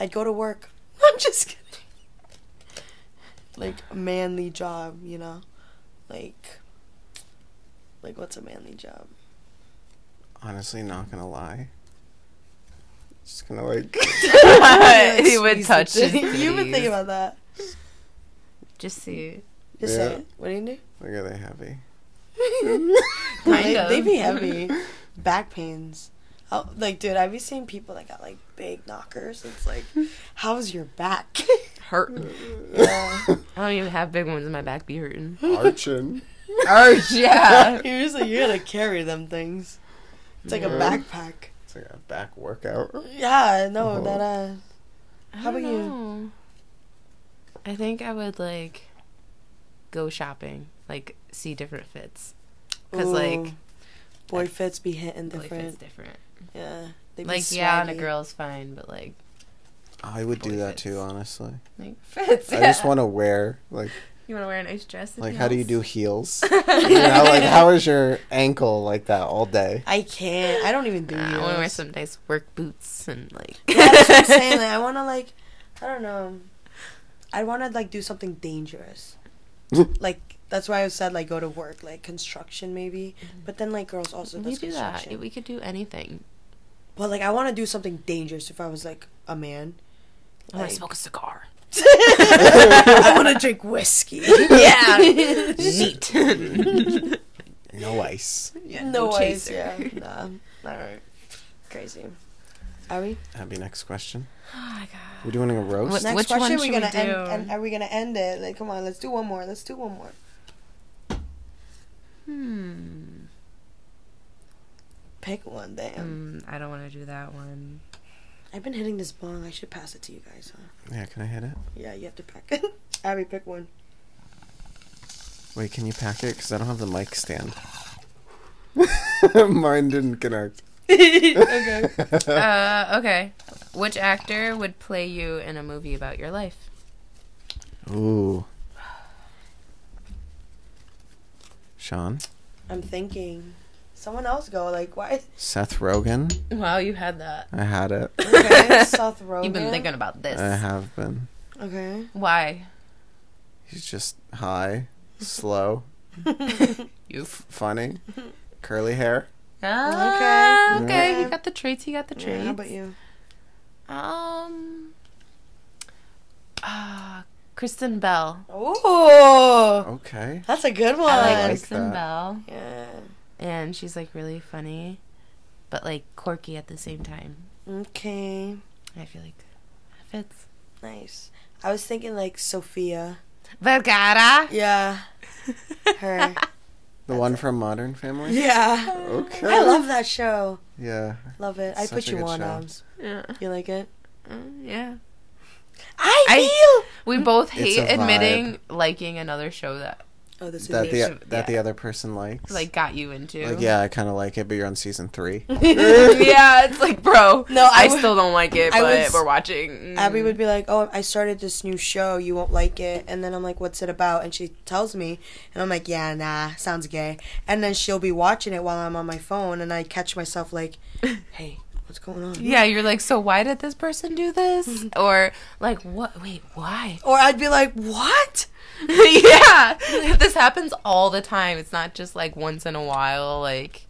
I'd go to work. I'm just kidding. Like a manly job, you know? Like like what's a manly job?
honestly not gonna lie. Just gonna like
he would touch his
You've been
titties.
thinking about that.
Just see.
Just
Yeah.
say it. What do you do?
look are they heavy?
Kind
they,
of.
they be heavy. Back pains. Oh, like, dude, I've seen people that got like big knockers. It's like, how's your back?
Hurt.
Yeah.
I don't even have big ones in my back be hurting.
Arching.
Urge, yeah.
You're just like, you gotta carry them things. It's like
Yeah.
a backpack.
It's like a back workout.
Yeah, no,
Uh-huh.
that uh, How about you?
you? I think I would like go shopping, like see different fits, because
ooh,
like
boy fits be hitting
boy
different.
fits different.
Yeah, they be
Like yeah, and a
swaggy.
girl's fine, but like
I would do
Boy
that
fits.
too, honestly.
like fits.
I just
yeah.
want to wear like
You want to wear a nice dress? and
like how do you do
heels?
heels? you know, like how is your ankle like that all day?
I can't. I don't even do.
Nah, Ah, I want to wear
heels.
some nice work boots and like.
Yeah, that's what I'm saying. Like, I want to like, I don't know. I want to like do something dangerous. like that's why I said like go to work, like construction maybe. But then like girls also
we
does
Mm-hmm. do that.
construction.
We could do anything.
But like I want to do something dangerous if I was like a man.
I want
Like-
to smoke a cigar.
I want to drink whiskey.
Yeah, Oh neat.
No ice.
no ways.
chaser.
Yeah. Nah. All right. Crazy. Are we?
Abby, next question.
Oh my god.
We doing a
What-
roast?
Next
Which one
question.
should
we
we
gonna
do?
end, and Are we gonna end it? Like, come on. Let's do one more. Let's do one more.
Hmm.
Pick one. Damn.
Mm, I don't want to do that one.
I've been hitting this bong. I should pass it to you guys. Huh?
Yeah, can I hit it?
Yeah, you have to pack it. Abby, pick one.
Wait, can you pack it? Because I don't have the mic stand. Mine didn't connect.
okay.
Uh, okay. Which actor would play you in a movie about your life?
Ooh. Sean?
I'm thinking. Someone else go. Like, why?
Seth Rogen?
Wow, you had that.
I had it.
Okay. Seth Rogen.
You've been thinking about this.
I have been.
Okay.
Why?
He's just high, slow,
You.
funny, curly hair.
Ah,
Okay.
okay.
Yeah.
Okay. He got the traits. He got the
Yeah,
traits.
how about you?
Um. Ah, Kristen Bell.
Oh,
Okay.
that's a good one.
I
like
like Kristen
that.
Bell,
yeah.
and she's like really funny, but like quirky at the same time.
Okay.
I feel like that fits.
Nice. I was thinking like Sophia.
Vergara.
Yeah. Her.
The one from Modern Family?
yeah.
Okay.
I love that show.
Yeah.
Love it. I
Such
put
a
you
good
on
show.
um, Abs.
Yeah. Mm,
You like it?
yeah.
I,
I- We both
It's
hate
a
admitting liking another show that
feel. Oh, this is
That the
me.
that the other person likes.
like got you into.
Like, yeah, I kind of like it, but you're on season three.
yeah, it's like, bro.
No,
No,
I
I,
would-
still don't like it,
I
but
would-
we're watching.
Abby would be like, "Oh, I started this new show. You won't like it." And then I'm like, "What's it about?" And she tells me, and I'm like, "Yeah, nah, sounds gay." And then she'll be watching it while I'm on my phone, and I catch myself like,
Mm.
"Hey, what's going on?"
Yeah, you're like, so why did this person do this?
Mm-hmm.
Or like, what? Wait, why?
Or I'd be like, "What?"
yeah, this happens all the time. It's not just like once in a while. Like,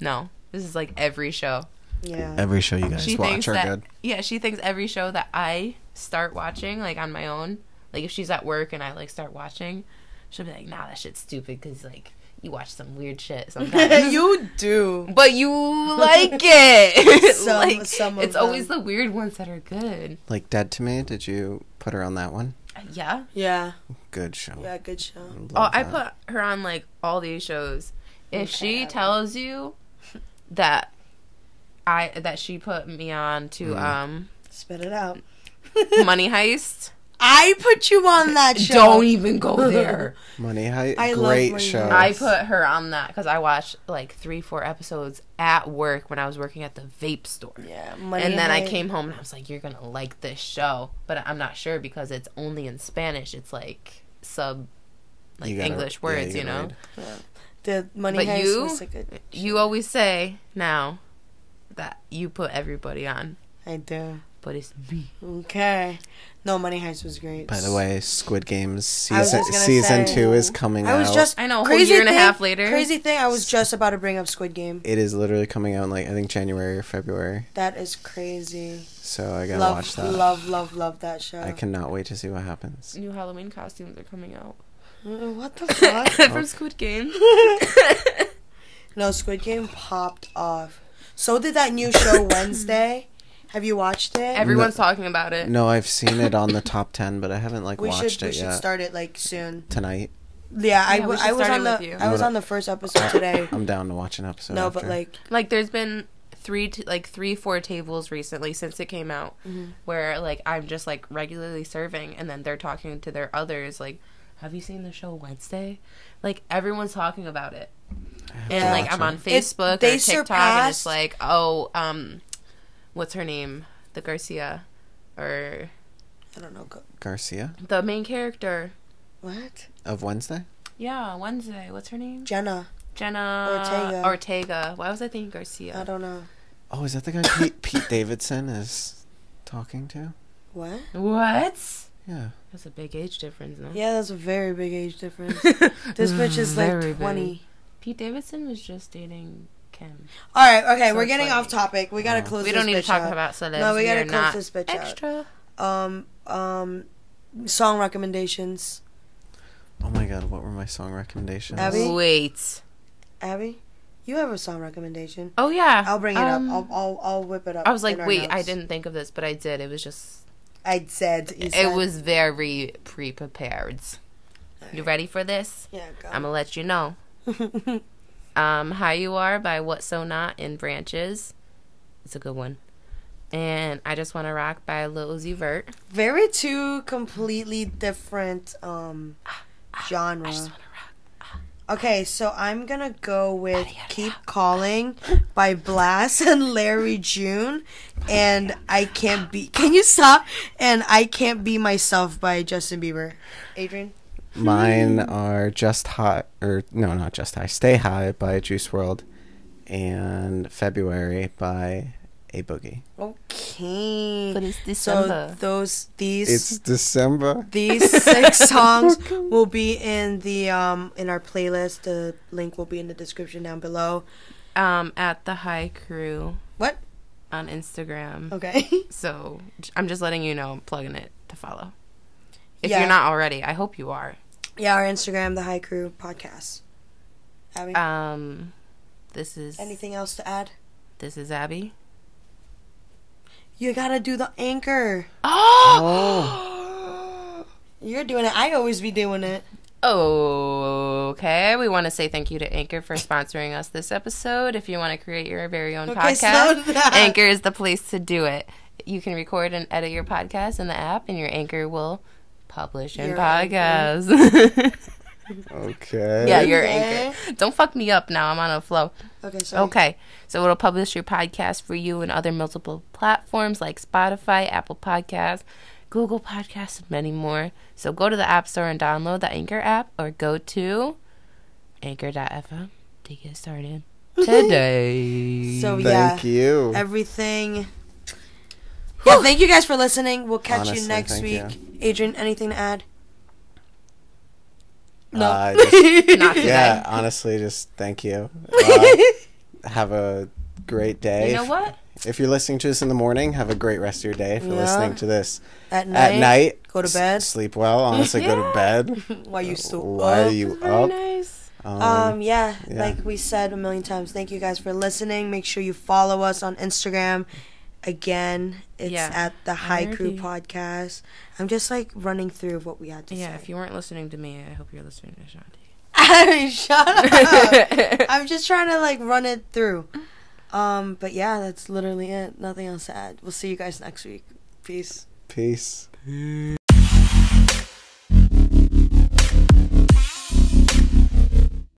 no, this is like every show.
Yeah.
Every show you guys
she
watch
thinks
are
that
good.
yeah she thinks every show that i start watching like on my own like if she's at work and i like start watching she'll be like nah that shit's stupid because like you watch some weird shit sometimes
you do.
but you like it
Some-
like
some of
it's always the weird ones that are good
Like Dead to Me, did you put her on that one?
Uh, yeah
Yeah.
Good show.
Yeah. Good show.
oh,
Love
i
that.
put her on like all these shows if
Okay.
she tells you that i that she put me on to um
Spit it out.
money heist
I put you on that show.
don't even go there
Money High.
I love
great
Money
show.
I put her on that because I watched like three, four episodes at work when I was working at the vape store.
Yeah. Money
And then I
Night.
came home and I was like, "You're gonna like this show," but I'm not sure because it's only in Spanish. It's like sub, like
You gotta-
English
yeah,
words, you,
gotta
know.
read.
The money
But
heist
you-
was a good.
You always say now that you put everybody on,
I do.
but it's me.
Okay. No, Money Heist was great.
By the way, Squid Games
I was
season
just gonna
season
say-
two is coming
I was
out.
just
I know, a whole year and a
thing-
half later.
Crazy thing, I was just about to bring up Squid Game.
It is literally coming out in like I think January or February.
That is crazy.
So I gotta
love,
watch that.
love, love, love that show.
I cannot wait to see what happens.
New Halloween costumes are coming out
Mm, What the fuck?
from Squid Game.
no, Squid Game popped off. So did that new show Wednesday. Have you watched it?
Everyone's talking about it.
No, I've seen it on the top ten, but I haven't like
we
watched
should we
it
should
yet.
start it like soon.
Tonight,
Yeah, I
Yeah, we
w-
should
I was
start it
on the
with you.
I was
No,
on the first episode today.
I'm down to watch an episode.
no,
after.
but like
Like there's been three t- like three four tables recently since it came out where like I'm just like regularly serving and then they're talking to their others like have you seen the show Wednesday? Like everyone's talking about it. And
to
like
watch
I'm on
it.
Facebook
It- they
or TikTok and it's
surpassed-
like, "Oh, um what's her name? The Garcia or
I don't know go-
Garcia
the main character.
what
of Wednesday.
Yeah, Wednesday. What's her name?
Jenna.
Jenna
Ortega.
Ortega. Why was I thinking Garcia?
I don't know
Oh, is that the guy Pete, Pete Davidson is talking to?
what.
What?
Yeah.
That's a big age difference, no?
Yeah, that's a very big age difference. this bitch is like
Very big.
twenty.
Pete Davidson was just dating Kim.
All right, okay,
So
we're getting
funny.
off topic. We gotta close.
we don't
this
need to
bitch
talk
up.
about celebs.
No, we gotta
are
close
not
this bitch out.
extra.
um um song recommendations.
Oh my God, what were my song recommendations?
Abby?
Wait.
Abby, you have a song recommendation.
Oh yeah.
I'll bring it
Um,
up. I'll, I'll I'll whip it up.
I was like,
in our
wait, I
notes.
didn't think of this, but I did. It was just.
I said you
It
said-
was very pre-prepared. You ready for this?
Yeah, go.
I'm gonna let you know. um, How You Are by What So Not in Branches. It's a good one. And I Just Wanna Rock by Lil Uzi Vert.
Very two completely different um
Ah,
genre.
I Just Wanna Rock.
Okay, so I'm gonna go with "Keep Calling" by Blast and Larry June, and "I Can't Be." Can you stop? And "I Can't Be Myself" by Justin Bieber. Adrian,
Mine are Just High, or no, not Just High, Stay High by Juice World, and February by A Boogie.
okay.
But it's
so
December.
those these
It's December.
these six songs will be in the um in our playlist. The link will be in the description down below.
um, at the High Crew
What?
on Instagram.
Okay.
So j- I'm just letting you know, I'm plugging it to follow. If
Yeah.
you're not already, I hope you are.
yeah, our Instagram, the High Crew Podcast. Abby,
Um, this is
anything else to add?
This is Abby.
You gotta do the anchor.
Oh.
You're doing it. I always be doing it.
Okay, we want to say thank you to Anchor for sponsoring us this episode. If you want to create your very own
Okay, slow
podcast,
down.
Anchor is the place to do it. You can record and edit your podcast in the app, and your Anchor will publish and
Your
podcast.
Okay.
yeah, your
Okay.
Anchor. Don't fuck me up now. I'm on a flow.
Okay, so
Okay, so it'll publish your podcast for you and other multiple platforms like Spotify, Apple Podcasts, Google Podcasts, and many more. So go to the App Store and download the Anchor app or go to anchor.fm to get started today.
So yeah,
Mm, Thank you.
everything. Yeah, thank you guys for listening. We'll catch
Honestly,
you next
thank
week.
you.
Adrian, anything to add? No.
Uh, just-
Not today.
yeah, honestly, just thank you. Uh, have a great day.
You know what?
If you're listening to this in the morning, have a great rest of your day. If you're
Yeah.
listening to this
At night.
at night,
Go to
s-
bed.
sleep well. Honestly, go to
Yeah.
bed.
Why you so
Why
up?
are you
Very
up?
nice.
Um,
Um, yeah,
yeah.
like we said a million times, thank you guys for listening. Make sure you follow us on Instagram. Again, it's
Yeah.
at the High Crew
already-
Podcast. I'm just like running through what we had to
Yeah,
say.
if you weren't listening to me, I hope you're listening to Shanti.
Abby, shut up. I'm just trying to like run it through. Um, but yeah, that's literally it. Nothing else to add. We'll see you guys next week. Peace.
Peace.